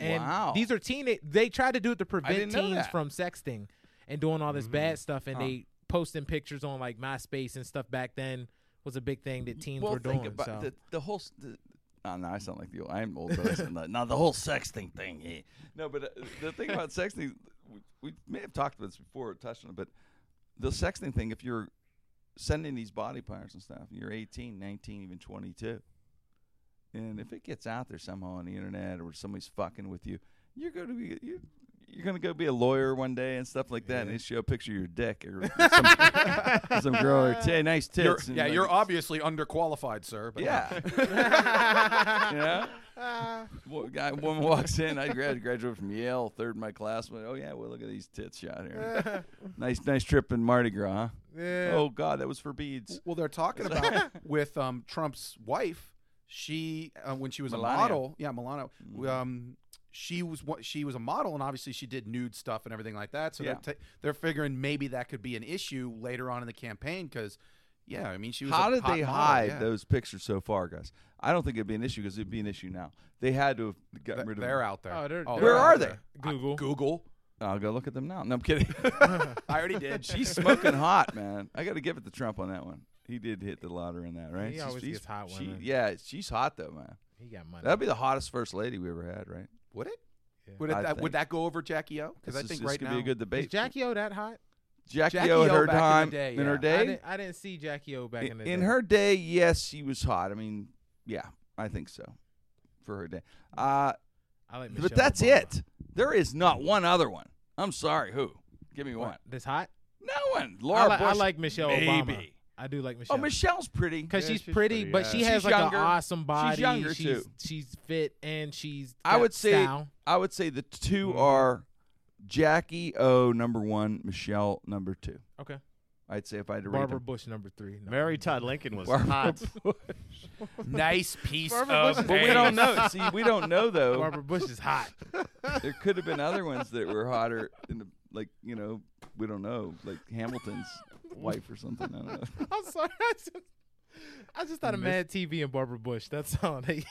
C: And
B: Wow.
C: these are teen. They tried to do it to prevent
B: didn't know
C: teens
B: that. Mm.
C: from sexting, and doing all this bad stuff, and they posting pictures on like MySpace and stuff back then was a big thing that teens
B: well,
C: were
B: think
C: doing.
B: about
C: so.
B: the, the whole. s- The, oh, no, I sound like the old. I'm old. but I sound like- no, the whole sexting thing. eh. No, but uh, the thing about sexting, we, we may have talked about this before, or touched on it, but the sexting thing, if you're sending these body parts and stuff, and you're 18, 19, even 22, and if it gets out there somehow on the internet or somebody's fucking with you, you're going to be. You, you're gonna go be a lawyer one day and stuff like that, and they show a picture of your dick or some, some girl or hey, nice tits.
D: You're-
B: and
D: yeah,
B: like-
D: you're obviously underqualified, sir. But
B: yeah. you know? Uh. Well, guy, woman walks in. I grad, graduated from Yale, third in my class. Went, oh, yeah, well, look at these tits shot here. nice nice trip in Mardi Gras, huh?
C: Yeah.
B: Oh, God, that was for beads.
D: Well, they're talking about with um, Trump's wife. She uh, when she was
B: Melania. Mm-hmm.
D: a model, yeah, Milano. Um, she was wa- she was a model, and obviously she did nude stuff and everything like that. So
B: Yeah.
D: they're, ta- they're figuring maybe that could be an issue later on in the campaign because, yeah, I mean she was.
B: How
D: a
B: did
D: hot
B: they
D: model,
B: hide
D: yeah.
B: those pictures so far, guys? I don't think it'd be an issue because it'd be an issue now. They had to have gotten
D: Th-
B: rid of
D: They're
B: them.
D: out there.
C: Oh, they're-
D: Oh,
C: they're
B: Where
D: out
B: are
D: there.
C: Google.
D: Google.
B: I'll go look at them now. No, I'm kidding.
D: I already did.
B: She's smoking hot, man. I got to give it to Trump on that one. He did hit the lottery in that, right?
C: He always
B: she's,
C: gets hot
B: she-
C: women.
B: yeah, she's hot though, man.
C: He got money.
B: That'd be the hottest first lady we ever had, right?
D: would it? Would, it,
B: I
D: that,
B: think.
D: would that go over Jackie O? Because
B: This
D: I think
B: is- this
D: right
B: could
D: now
B: be a good
C: Is
B: debate.
C: Jackie O that hot?
B: Jackie,
D: Jackie
B: O in
D: O
B: her
D: back in the
B: time,
D: day,
B: in her
D: yeah.
C: I,
B: day,
C: didn't, I didn't see Jackie O back in,
B: in,
C: the
B: in
C: day.
B: her day, yes, she was hot. I mean, yeah, I think so for her day. Uh,
C: I like
B: but
C: Michelle
B: that's
C: Obama.
B: it. There is not one other one. I'm sorry, who? Give me one.
C: This hot?
B: No one.
C: I,
B: Laura
C: like- I
B: Bush.
C: like Michelle Obama.
B: maybe.
C: I do like Michelle.
B: oh, Michelle's pretty.
C: Because
E: Yeah,
C: she's,
E: she's
C: pretty,
E: pretty,
C: but
E: yeah.
C: she
E: She's
C: has like
B: younger.
C: an awesome body.
B: younger,
C: she's,
B: too.
C: She's fit and she's.
B: I
C: got
B: would say
C: style.
B: I would say the 2 are Jackie O number one, Michelle number two.
C: Okay.
B: I'd say if I had to
C: Barbara
B: rate
C: Bush number three. No.
E: Mary Todd Lincoln was
B: Barbara
E: hot.
D: nice piece
E: Barbara
B: them.
D: of.
E: Bush is-
B: But we don't know. See, we don't know though.
C: Barbara Bush is hot.
B: there could have been other ones that were hotter in the like you know we don't know like hamilton's wife or something i don't know
C: I'm sorry. I just, I just thought of Mad TV and Barbara Bush. That's all. They,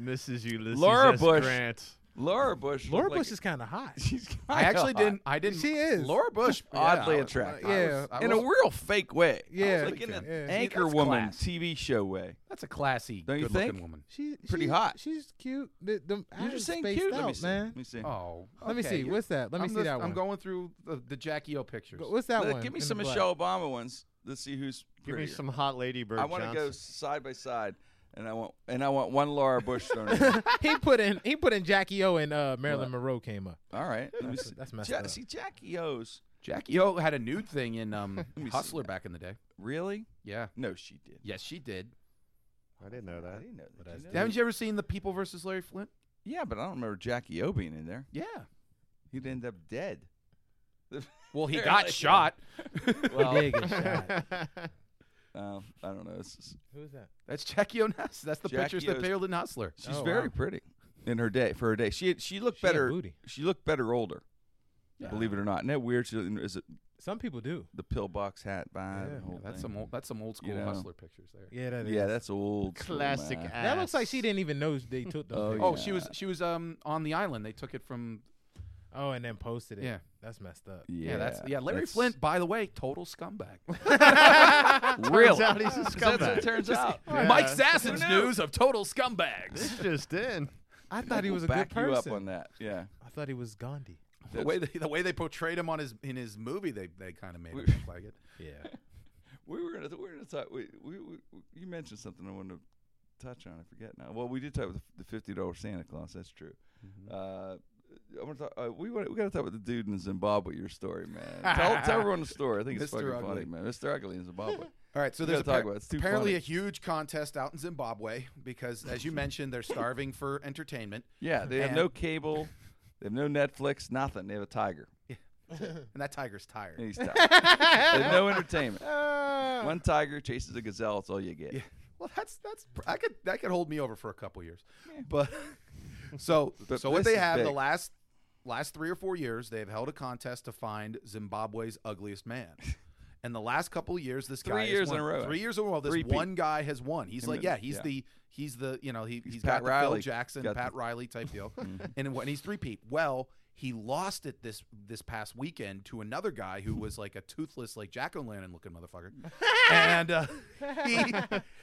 E: Mrs. Ulysses
B: Laura
E: S.
B: Bush.
E: Grant.
B: laura bush
C: Laura
B: looked like-
C: Bush is kind of hot.
B: she's kinda
D: I actually
B: hot.
D: didn't. I didn't.
C: She is.
D: Laura Bush. yeah,
B: oddly
D: I was-
B: attractive
D: I was-
C: Yeah.
D: I
B: in a
D: was-
B: real fake way I was
C: Yeah.
B: like in an
C: Yeah. See,
B: anchor
D: that's
B: woman
D: class.
B: tv show way
D: That's a classy,
B: Don't you
D: good looking
B: think?
D: woman.
C: She's
B: Pretty hot.
C: She's cute. The, the,
B: you're
C: I'm
B: just saying
C: spaced
B: cute
C: Out,
B: let me see
C: man.
B: let me see
D: Oh,
C: Let me
D: okay.
C: see. What's that? Let me
D: I'm
C: see
D: just-
C: that one.
D: I'm going through the, the Jackie O pictures.
C: Go- What's that
B: Let-
C: one?
B: give me
C: in
B: some
C: the black?
B: michelle obama ones let's see who's
E: Give me
B: prettier.
E: some hot lady bird.
B: i want to go
E: Johnson.
B: side by side and i want and i want one laura bush thrown in.
C: he put in. He put in Jackie O and uh, Marilyn Monroe came up.
B: all right let me
C: That's-
B: see
C: that's messed
B: Ja-
C: up.
B: see jackie o's
D: Jackie O had a nude thing in um,
B: me see
D: Hustler
B: that.
D: back in the day.
B: really
D: Yeah.
B: no she did
D: Yes, she did.
E: I didn't know
B: I
E: that.
B: didn't know that. Did you know that?
D: Haven't you ever seen the People versus Larry Flint?
B: Yeah, but I don't remember Jackie O being in there.
D: Yeah.
B: He'd end up dead.
D: Well, he
B: They're
D: got
B: like-
D: shot.
C: he did get shot.
B: Um, I don't know. This is-
C: Who's that?
D: That's Jackie O. Ness. That's the
B: Jackie
D: pictures that
B: O's-
D: appeared in Hustler.
B: she's
C: Oh,
B: very
C: wow.
B: pretty in her day. For her day, she she looked
C: She had
B: better.
C: booty.
B: She looked better older. Believe it or not, isn't that weird? She, is it
C: Some people do.
B: the pillbox hat vibe?
C: Yeah,
B: the whole
D: That's
B: thing?
D: some old, that's some old school
B: know.
D: Hustler pictures there.
C: Yeah, that
B: yeah, that's old. school,
E: Classic
B: man.
E: ass.
C: That looks like she didn't even know they took those.
B: Oh,
C: pictures.
D: Oh,
B: Yeah.
D: she was she was um on the island. They took it from
C: Oh, and then posted it.
D: Yeah.
C: That's messed up.
B: Yeah,
D: yeah. that's yeah. Larry
B: that's-
D: Flint, by the way, total scumbag.
B: Really?
E: out he's a
B: That's what
E: scumbag.
B: it turns out.
D: Mike
E: Yeah.
D: Zassin's news of total scumbags.
E: This just in.
C: I thought he was a
B: back
C: good
B: you
C: person.
B: up on that. Yeah.
C: I thought he was Gandhi.
D: The way they, the way they portrayed him on his in his movie, they they kind of made
B: We-
D: it look like it.
C: Yeah.
B: We were gonna we were gonna talk. We, we, we you mentioned something I wanted to touch on. I forget now. Well, we did talk about the- the fifty dollar Santa Claus. That's true.
D: Mm-hmm.
B: Uh, I want to talk. Uh, we want, we got to talk about the dude in Zimbabwe. Your story, man. tell, tell everyone the story. I think it's
D: Mr.
B: fucking funny,
D: Ugly.
B: man. Mr. Ugly in Zimbabwe.
D: All right, so
B: We
D: there's
B: gotta talk
D: appar-
B: about it. It's too
D: apparently
B: funny.
D: a huge contest out in Zimbabwe because, as you mentioned, they're starving for entertainment,
B: yeah, they have
D: And-
B: no cable. They have no Netflix. Nothing. They have a tiger.
D: and that tiger's tired.
B: And he's tired. they have no entertainment. One tiger chases a gazelle. That's all you get.
D: Yeah. Well, that's that's pr- I could that could hold me over for a couple years, but so
B: But
D: so what
B: this
D: they
B: is
D: have the
B: big.
D: last last three or four years they've held a contest to find Zimbabwe's ugliest man, and the last couple of years this
B: Three
D: guy has
B: years
D: won.
B: in a row.
D: three years in a row this
B: Three peat.
D: one guy has won. He's
B: Him
D: like
B: and-
D: yeah he's
B: yeah.
D: the he's the you know he he's
B: Pat
D: got the
B: Riley.
D: Phil Jackson
B: Got
D: Pat
B: the- Mm-hmm.
D: Riley type deal, and when he's three peat well He lost it this this past weekend to another guy who was like a toothless, like Jack O'Lantern looking motherfucker, and uh, he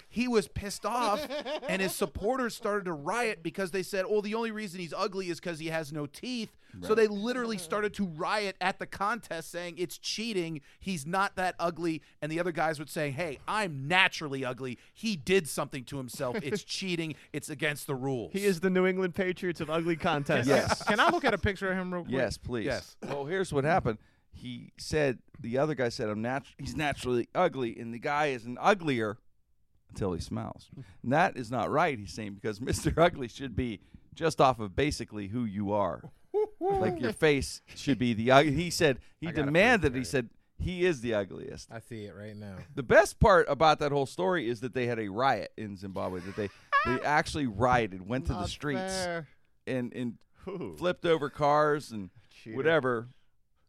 D: he was pissed off, and his supporters started to riot because they said, "Oh, the only reason he's ugly is because he has no teeth." So they literally started to riot at the contest, saying it's cheating. He's not that ugly, and the other guys would say, "Hey, I'm naturally ugly. He did something to himself. It's cheating. It's against the rules."
E: He is the New England Patriots of ugly contests.
B: Yes.
C: Can I look at a picture of him real quick?
B: Yes, please.
D: Yes.
B: Well, here's what happened. He said the other guy said I'm natu- he's naturally ugly, and the guy is an uglier until he smiles. And that is not right. He's saying because Mr. Ugly should be just off of basically who you are. like your face should be the ugly. He said he demanded. He said he is the ugliest.
C: I see it right now.
B: The best part about that whole story is that they had a riot in Zimbabwe. That they they actually rioted, went to the streets, and and
E: Ooh.
B: flipped over cars and
E: Cheater.
B: whatever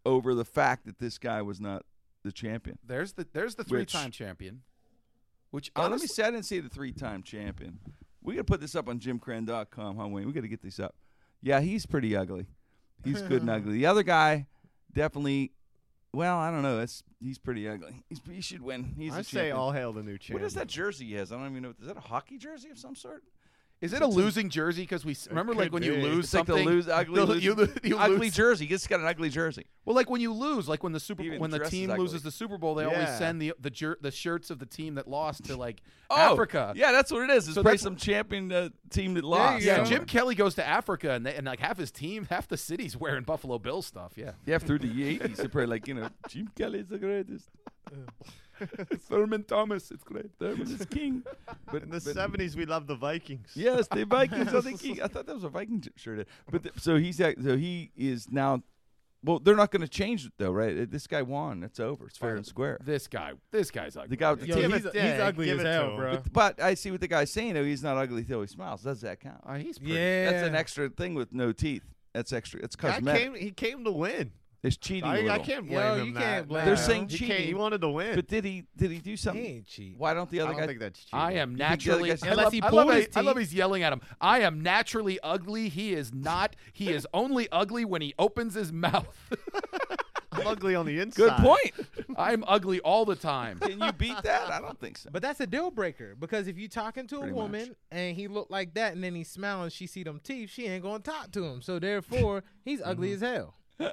B: over the fact that this guy was not the champion.
D: There's the there's the three
B: Which-
D: time champion. Which
B: Oh, let
D: honestly,
B: me see. I didn't see the three-time champion. We gotta put this up on JimCran.com, huh, Wayne? We gotta get this up. Yeah, he's pretty ugly. He's good and ugly. The other guy, definitely. Well, I don't know. That's he's pretty ugly. He's, he should win. He's
E: I
B: the
E: say
B: champion.
E: all hail the new champion.
B: What is that jersey he has? I don't even know. Is that a hockey jersey of some sort?
D: is it a losing jersey? Because we s- remember like
E: could
D: when you
E: be.
D: lose
B: It's like
D: something,
B: the lose ugly,
D: the-
B: lose-
D: you, lo- you
B: ugly
D: lose-
B: jersey. He's got an ugly jersey.
D: Well, like when you lose, like when the super
B: He even
D: when the
B: dresses
D: team
B: ugly.
D: loses the Super Bowl, they always
E: Yeah.
D: send the the, jer- the shirts of the team that lost to like
B: Oh,
D: Africa.
B: Yeah, that's what it is. It's
D: So
B: probably
D: that's-
B: some champion uh, team that lost.
D: Yeah,
C: Yeah.
D: Jim Kelly goes to Africa, and, they, and like half his team, half the city's wearing Buffalo Bill stuff. Yeah,
B: Yeah, through the eighties, they're probably like, you know, Jim Kelly's the greatest.
D: Thurman Thomas, it's great.
B: Thurman is king. But
E: In the
B: but-
E: seventies, we loved the Vikings.
B: Yes, the Vikings are the king. I thought that was a Viking j- shirt. But the, so he's act- so he is now. Well, they're not going to change it though, right? Uh, This guy won. It's over. It's fair and square.
D: This guy, this guy's ugly.
B: The guy with the
C: Yo,
B: teeth.
E: Give
C: he's,
E: it-
C: he's
E: yeah,
C: ugly
E: give
C: as
E: it to
C: hell,
E: him.
C: bro.
B: But I see what the guy's saying. though. he's not ugly till he smiles. Does that count?
D: Oh, he's pretty.
C: Yeah,
B: That's an extra thing with no teeth. That's extra. It's
E: Guy
B: cosmetic.
E: came, he came to win.
B: it's cheating. a
E: I, I
B: little.
E: can't blame
C: Yo,
E: him.
C: you
E: that.
C: can't blame
B: They're him. saying
E: He can't- He
B: cheating.
E: wanted to win.
B: But did he? Did he do
C: He
B: something?
C: ain't cheap.
B: Why don't the
E: I
B: other
E: don't
B: guy?
E: think that's cheating.
D: I am
B: the other
D: naturally.
B: guy's-
D: I
C: Unless
D: love-
C: he
D: I love
C: pulled
D: how-
C: his
D: I love
C: teeth.
D: he's yelling at him. I am naturally ugly. He is not. He is only ugly when he opens his mouth.
E: I'm ugly on the inside.
B: Good point.
D: I'm ugly all the time.
B: Can you beat that? I don't think so.
C: But that's a deal breaker because if you talking to a
B: Pretty
C: woman and he look like that and then he smiling, she see them teeth, she ain't gonna talk to him. So therefore, he's ugly
B: Mm-hmm.
C: as hell.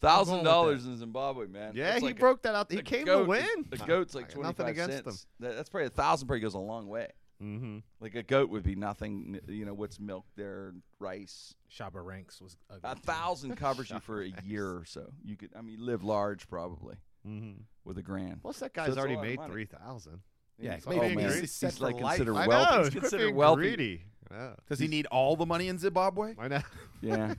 B: Thousand
C: I'm going with
B: dollars in Zimbabwe, man.
E: Yeah,
B: That's
E: he
B: like a-
E: broke that out. He
B: a
E: came
B: goat
E: to win.
B: is- A goat's like
E: I got
B: twenty
E: nothing
B: five
E: against
B: cents. That- that's probably a thousand. Probably goes a long way.
E: Mm-hmm.
B: Like a goat would be nothing. n- You know what's milk there, rice.
C: Shaba Ranks was ugly.
B: A
C: too.
B: thousand covers you for a year or so. You could, I mean, live large probably
E: Mm-hmm.
B: with a grand.
E: Plus, that
B: So
E: guy's
B: it's a
E: already
B: lot of
E: made
B: money.
E: three thousand.
D: Yeah,
B: oh
E: maybe
B: man,
E: he's
B: he's,
D: set for
B: like
D: life.
B: considered
E: I
B: wealthy.
E: know.
B: He's
E: quit
B: considered
E: being
B: wealthy.
E: Greedy. Yeah.
D: Does he need all the money in Zimbabwe?
E: Why not?
B: Yeah,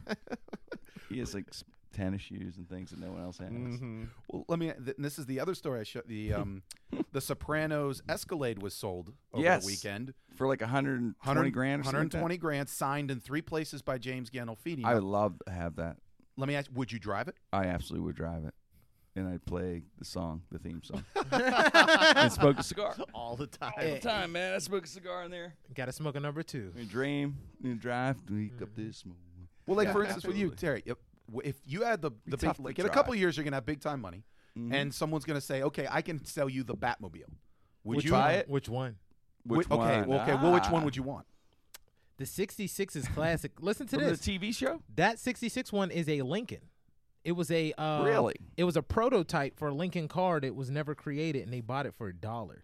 B: he has like s- tennis shoes and things that no one else has.
D: Mm-hmm.
E: Mhm.
D: Well, let me. Th- this is the other story. I showed the um, the Sopranos Escalade was sold over
B: Yes.
D: the weekend.
B: For like a hundred and twenty
D: 100
B: grand, or something like that.
D: 120 grand, signed in three places by James Gandolfini.
B: I would love to have that.
D: let me ask: Would you drive it?
B: I absolutely would drive it, and I'd play the song, the theme song, and smoke a cigar.
D: Oh,
E: All the time.
B: All the time, man. I smoke a cigar in there.
C: Gotta smoke a number two.
B: And dream and drive. Wake up
D: Mm.
B: this morning.
D: Well, like for instance, with you, Terry, if, if you had the, the big,
B: tough to
D: like in a
B: drive. Mm-hmm.
D: couple of years, you're gonna have big time money, and someone's gonna say, "Okay, I can sell you the Batmobile." Would,
B: Would
D: you
B: buy it?
C: Which one?
B: Which
D: Wh- okay,
B: one?
D: well, okay. Well, which one
B: Ah.
D: would you want?
C: The 66 is classic. Listen to
B: From
C: this.
B: the TV show?
C: that 66 one is a Lincoln. It was a uh,
B: Really?
C: It was a prototype for a Lincoln car that was never created, and they bought it for a dollar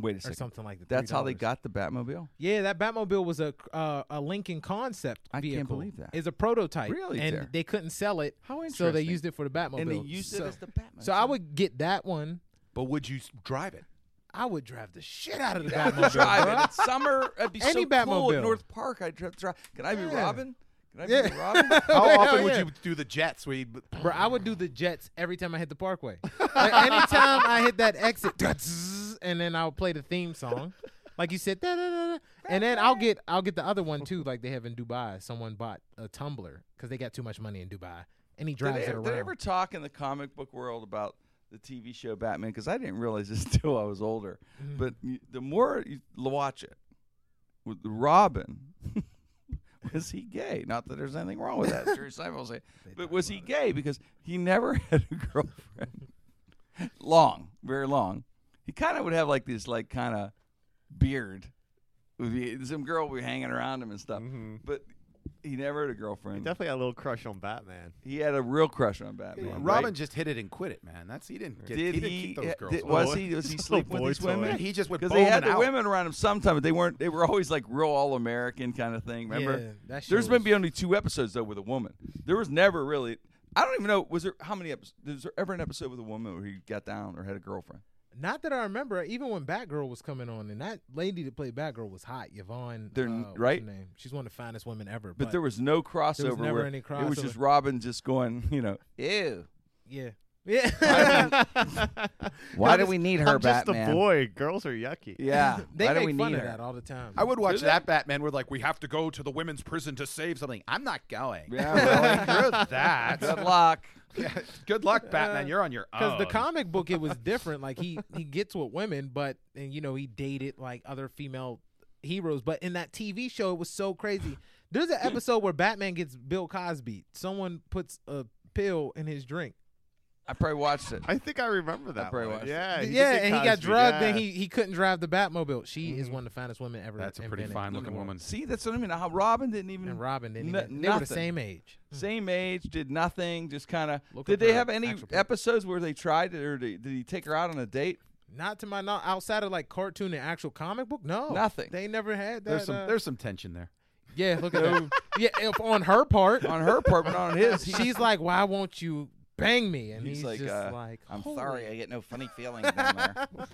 B: Wait a
C: or
B: second.
C: something like that.
B: That's how they
C: $3.
B: got the Batmobile.
C: Yeah, that Batmobile was a uh, a Lincoln concept
B: I can't
C: vehicle.
B: believe that.
C: It's a prototype.
B: Really,
C: And
B: Terry?
C: they couldn't sell it.
B: How
C: So they
B: interesting.
C: used it for the Batmobile.
B: And they used
C: so,
B: it as the Batmobile.
C: So I would get that one.
D: But would you s- drive it?
C: I would drive the shit out of the
B: I would
C: Batmobile.
B: drive
C: bro.
B: it. It's summer. It'd be
C: Any
B: so cool
C: Batmobile.
B: at North Park. I'd dri- drive. Can I be
C: Yeah.
B: Robin? Can I be
C: Yeah.
B: Robin?
D: How
C: Hell
D: often would
C: yeah.
D: you do the jets? Where you,
C: Bro, I would do the jets every time I hit the parkway. like, anytime I hit that exit, and then I'll play the theme song, like you said, da-da-da-da. and then I'll get I'll get the other one too, like they have in Dubai. Someone bought a tumbler because they got too much money in Dubai, and he
B: Did
C: drives
B: they,
C: it
B: ever,
C: around.
B: did they ever talk in the comic book world about the TV show Batman? Because I didn't realize this until I was older. But you, the more you l- watch it, with the Robin was he gay? Not that there's anything wrong with that. Jerry Seinfeld say, but was he gay? Because he never had a girlfriend. long, very long. He kind of would have like this, like kind of beard. Would be- Some girl would be hanging around him and stuff. But he never had a girlfriend.
E: Definitely had a little crush on Batman.
B: he had a real crush on Batman. right?
D: Robin just hit it and quit it, man. That's he didn't get.
B: Did
D: he, didn't
B: he?
D: keep those girls.
B: did-
D: away.
B: was he? Was he
E: Little
B: sleeping with
E: boy
B: these
E: toy.
B: women?
D: Yeah, he just would
B: because they
D: bone
B: had
D: it
B: the
D: out.
B: women around him sometimes. but They weren't. They were always like real all American kind of thing. Remember?
C: Yeah, that show
B: There's been
C: was-
B: be only two episodes though with a woman. There was never really. I don't even know. Was there how many episodes? Was there ever an episode with a woman where he got down or had a girlfriend?
C: Not that I remember. Even when Batgirl was coming on, and that lady that played Batgirl was hot, Yvonne.
B: They're-
C: uh, what's her
B: right?
C: name? She's one of the finest women ever.
B: But, there was no crossover.
C: never
B: where
C: any
B: It was just
C: crossover.
B: Robin just going, you know, ew.
C: yeah, yeah.
B: Why do we need her,
E: I'm just
B: Batman?
E: a boy. Girls are yucky.
B: Yeah.
C: they
B: Why
C: make
B: do we
C: fun
B: need
C: of
B: her?
C: that all the time.
D: I would watch that Batman. Where like we have to go to the women's prison to save something. I'm not going.
B: Yeah, really.
D: Screw that.
B: Good luck.
D: Yeah, Good luck,
B: Uh,
D: Batman. You're on your own.
C: because the comic book it was different. Like he he gets with women, but and you know he dated like other female heroes. But in that TV show, it was so crazy. There's an episode where Batman gets Bill Cosby. Someone puts a pill in his drink.
B: I probably watched it.
E: I think I remember that.
B: probably
E: one.
B: watched it.
E: Yeah, he
C: yeah,
E: did
C: and he got
E: Cosby,
C: drugged, and
E: yeah.
C: he, he couldn't drive the Batmobile. She is one of the finest women
D: Mm-hmm.
C: ever.
D: That's a pretty
C: invented.
D: fine looking woman.
B: See, that's what I mean. How Robin didn't even
C: And Robin didn't.
B: No-
C: even, they were the
B: nothing.
C: same age. Hmm.
B: same age, did nothing, just kind of.
C: Look
B: Did
C: up
B: they
C: her
B: have any
C: actual picture.
B: episodes where they tried it, or did, did he take her out on a date?
C: Not to my knowledge, outside of like cartoon and actual comic book, no,
B: Nothing.
C: They never had that.
D: There's some
C: uh,
D: there's some tension there.
C: yeah, look at her. Yeah, if on her part,
B: On her part, but on his, he-
C: she's like, "Why won't you bang me?" And
B: he's,
C: he's,
B: like,
C: just
B: uh,
C: like,
B: "I'm
C: holy,
B: sorry, I get no funny feelings down there."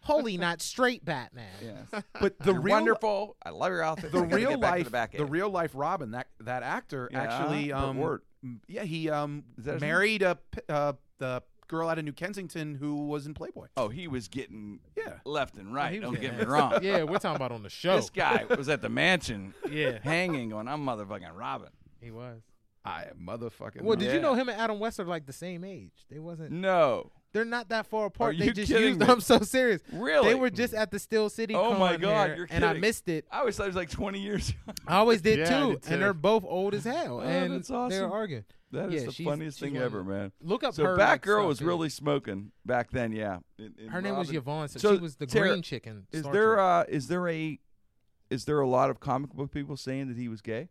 C: holy, not straight, Batman."
B: Yes.
D: But the
B: You're
D: real
B: wonderful. I love your outfit.
D: the
B: I gotta
D: real
B: get back to
D: life
B: the, back
D: the
B: end.
D: real life Robin that that actor
B: Yeah,
D: actually
B: Burt
D: um
B: Ward.
D: m- yeah he um
B: that his name?
D: married a p- uh, the girl out of New Kensington who was in Playboy.
B: Oh, he was getting
D: Yeah.
B: left and
C: Oh, He
B: right.
C: was
B: Don't
C: getting
B: get me
C: ass-
B: wrong.
C: Yeah, we're talking about on the show.
B: This guy was at the mansion,
C: Yeah.
B: hanging, going, "I'm motherfucking Robin."
C: He was.
D: I am motherfucking
C: Well, did
B: Yeah.
C: you know him and Adam West are like the same age? They wasn't.
B: No,
C: They're not that far apart.
B: Are
C: they
B: you
C: just
B: kidding
C: used.
B: me?
C: I'm so serious.
B: Really?
C: They were just at the Still City.
B: Oh my
C: Con
B: God,
C: here,
B: you're
C: and I
B: kidding.
C: missed it.
B: I always thought he was like 20 years.
C: I always did,
E: Yeah, I
C: too,
E: did too.
C: And they're both old as hell.
B: Oh,
C: and
B: that's
C: They're
B: awesome.
C: arguing.
B: That is
C: Yeah,
B: the
C: she's-
B: funniest
C: she's
B: thing
C: one of
B: ever,
C: the-
B: man.
C: Look up
B: So
C: her. like,
B: Batgirl
C: stuff,
B: was
C: dude.
B: really smoking back then, yeah. In- in
C: Her name was
B: Robin-
C: Yvonne. So,
B: So,
C: she was the
B: Tara,
C: green chicken.
B: Is
C: Star
B: there uh
C: Trek.
B: is there a is there a lot of comic book people saying that he was gay?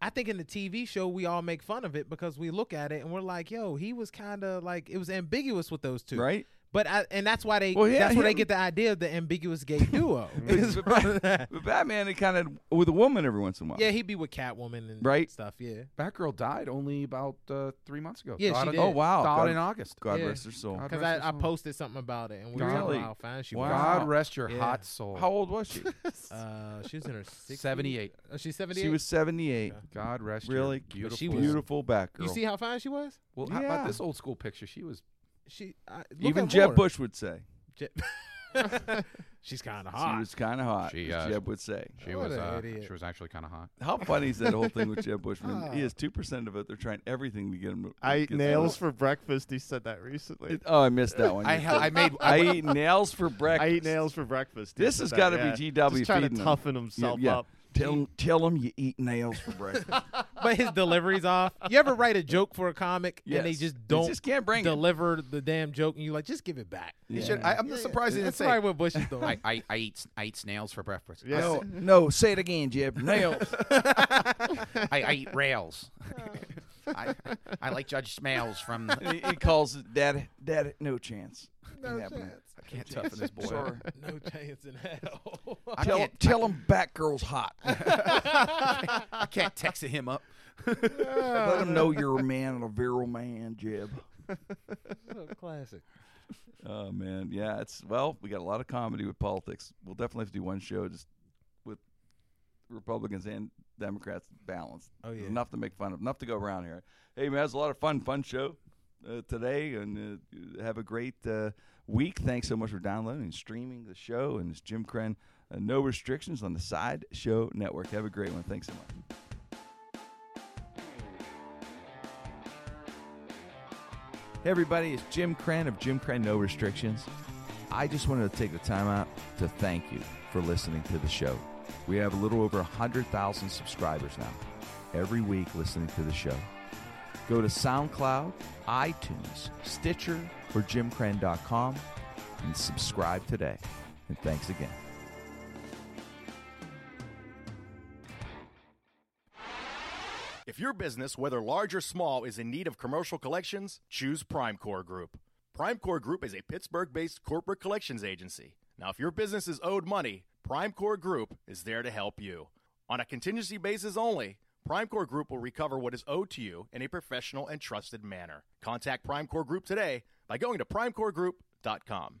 C: I think in the TV show we all make fun of it because we look at it and we're like, "Yo, he was kind of like it was ambiguous with those two,
B: Right?
C: But I, and that's why they
B: Well, yeah,
C: that's where they
B: him-
C: get the idea of the ambiguous gay duo.
B: Because with Bat- with Batman it kind of with a woman every once in a while.
C: yeah, he'd be with Catwoman and
B: Right.
C: stuff. Yeah,
D: Batgirl died only about uh, three months ago.
C: Yeah,
D: died
C: she
D: in-
C: did.
B: Oh wow.
D: died
B: God,
D: in August.
B: God
C: Yeah.
B: rest her soul.
D: God
C: because
D: rest
C: I, I
D: her soul.
C: posted something about it and we were
B: Really?
C: like, "Wow, fine, she
B: Wow.
D: God rest your
C: Yeah.
D: hot soul.
B: How old was she?
C: was." Uh, she was in her 60s.
D: Seventy eight.
C: Oh, she's seventy.
B: she was 78.
D: God rest
B: Really
D: your beautiful.
C: she was-
B: Beautiful Batgirl.
C: You see how fine she was?
D: well, how
B: Yeah.
D: about this old school picture? She was
C: She I, look
B: Even
C: at
B: Jeb
C: more.
B: Bush would say
C: Jeb- she's kind of
B: she
C: hot.
B: was kind of hot.
D: She,
B: as
D: uh,
B: Jeb would say.
D: she
C: What
D: was
C: an
D: uh,
C: idiot.
D: she was actually kind of hot.
B: How funny is that whole thing with Jeb Bushman?
C: Ah.
B: He has two percent of it. They're trying everything to get him. to-
E: I
B: get
E: eat
B: that
E: nails
B: up.
E: for breakfast. He said that recently.
B: It- oh, I missed that one.
D: I
B: You're
D: ha- I
B: kidding.
D: made
B: I eat nails for breakfast.
E: I eat nails for breakfast. He
B: This
E: said
B: has
E: that,
B: gotta be
E: yeah.
B: GW
E: Just trying
B: feeding
E: to
B: him.
E: toughen himself
B: yeah.
E: up.
B: Tell tell him you eat nails for breakfast.
C: but his delivery's off. You ever write a joke for a comic and they
B: Yes.
C: just
B: They
C: don't
B: just can't bring it.
C: deliver the damn joke, and you like just give it back.
D: You
B: Yeah.
D: should, I, I'm surprised he didn't
C: That's
D: say.
C: probably what Bush is doing.
D: I, I, I eat I eat snails for breakfast.
E: Yeah.
B: no, no, say it again, Jeb. Nails.
D: I, I eat rails. I, I like Judge Smails from.
B: he, he calls it dad. Dad, no chance. No
D: I can't toughen this boy.
B: Sorry.
C: no chance in hell.
D: I
B: Tell
D: can't,
B: tell him Batgirl's hot.
D: I can't text him up.
B: Let him know you're a man and a virile man, Jeb.
C: classic.
B: Oh man, yeah. It's well, we got a lot of comedy with politics. We'll definitely have to do one show just with Republicans and Democrats balanced.
C: Oh,
B: There's
C: yeah.
B: enough to make fun of, enough to go around here. Hey man, it's a lot of fun, fun show uh, today, and uh, have a great uh, week. Thanks so much for downloading and streaming the show. And it's Jim Crenn, uh, no restrictions on the Side Show Network. Have a great one. Thanks so much. Hey everybody, it's Jim Crenn of Jim Crenn No Restrictions. I just wanted to take the time out to thank you for listening to the show. We have a little over 100,000 subscribers now, every week listening to the show. Go to SoundCloud, iTunes, Stitcher, or jimcran.com and subscribe today. And thanks again.
E: If your business, whether large or small, is in need of commercial collections, choose Primecore Group. Primecore Group is a Pittsburgh based corporate collections agency. Now, if your business is owed money, Primecore Group is there to help you. On a contingency basis only, Primecore Group will recover what is owed to you in a professional and trusted manner. Contact Primecore Group today by going to primecoregroup.com.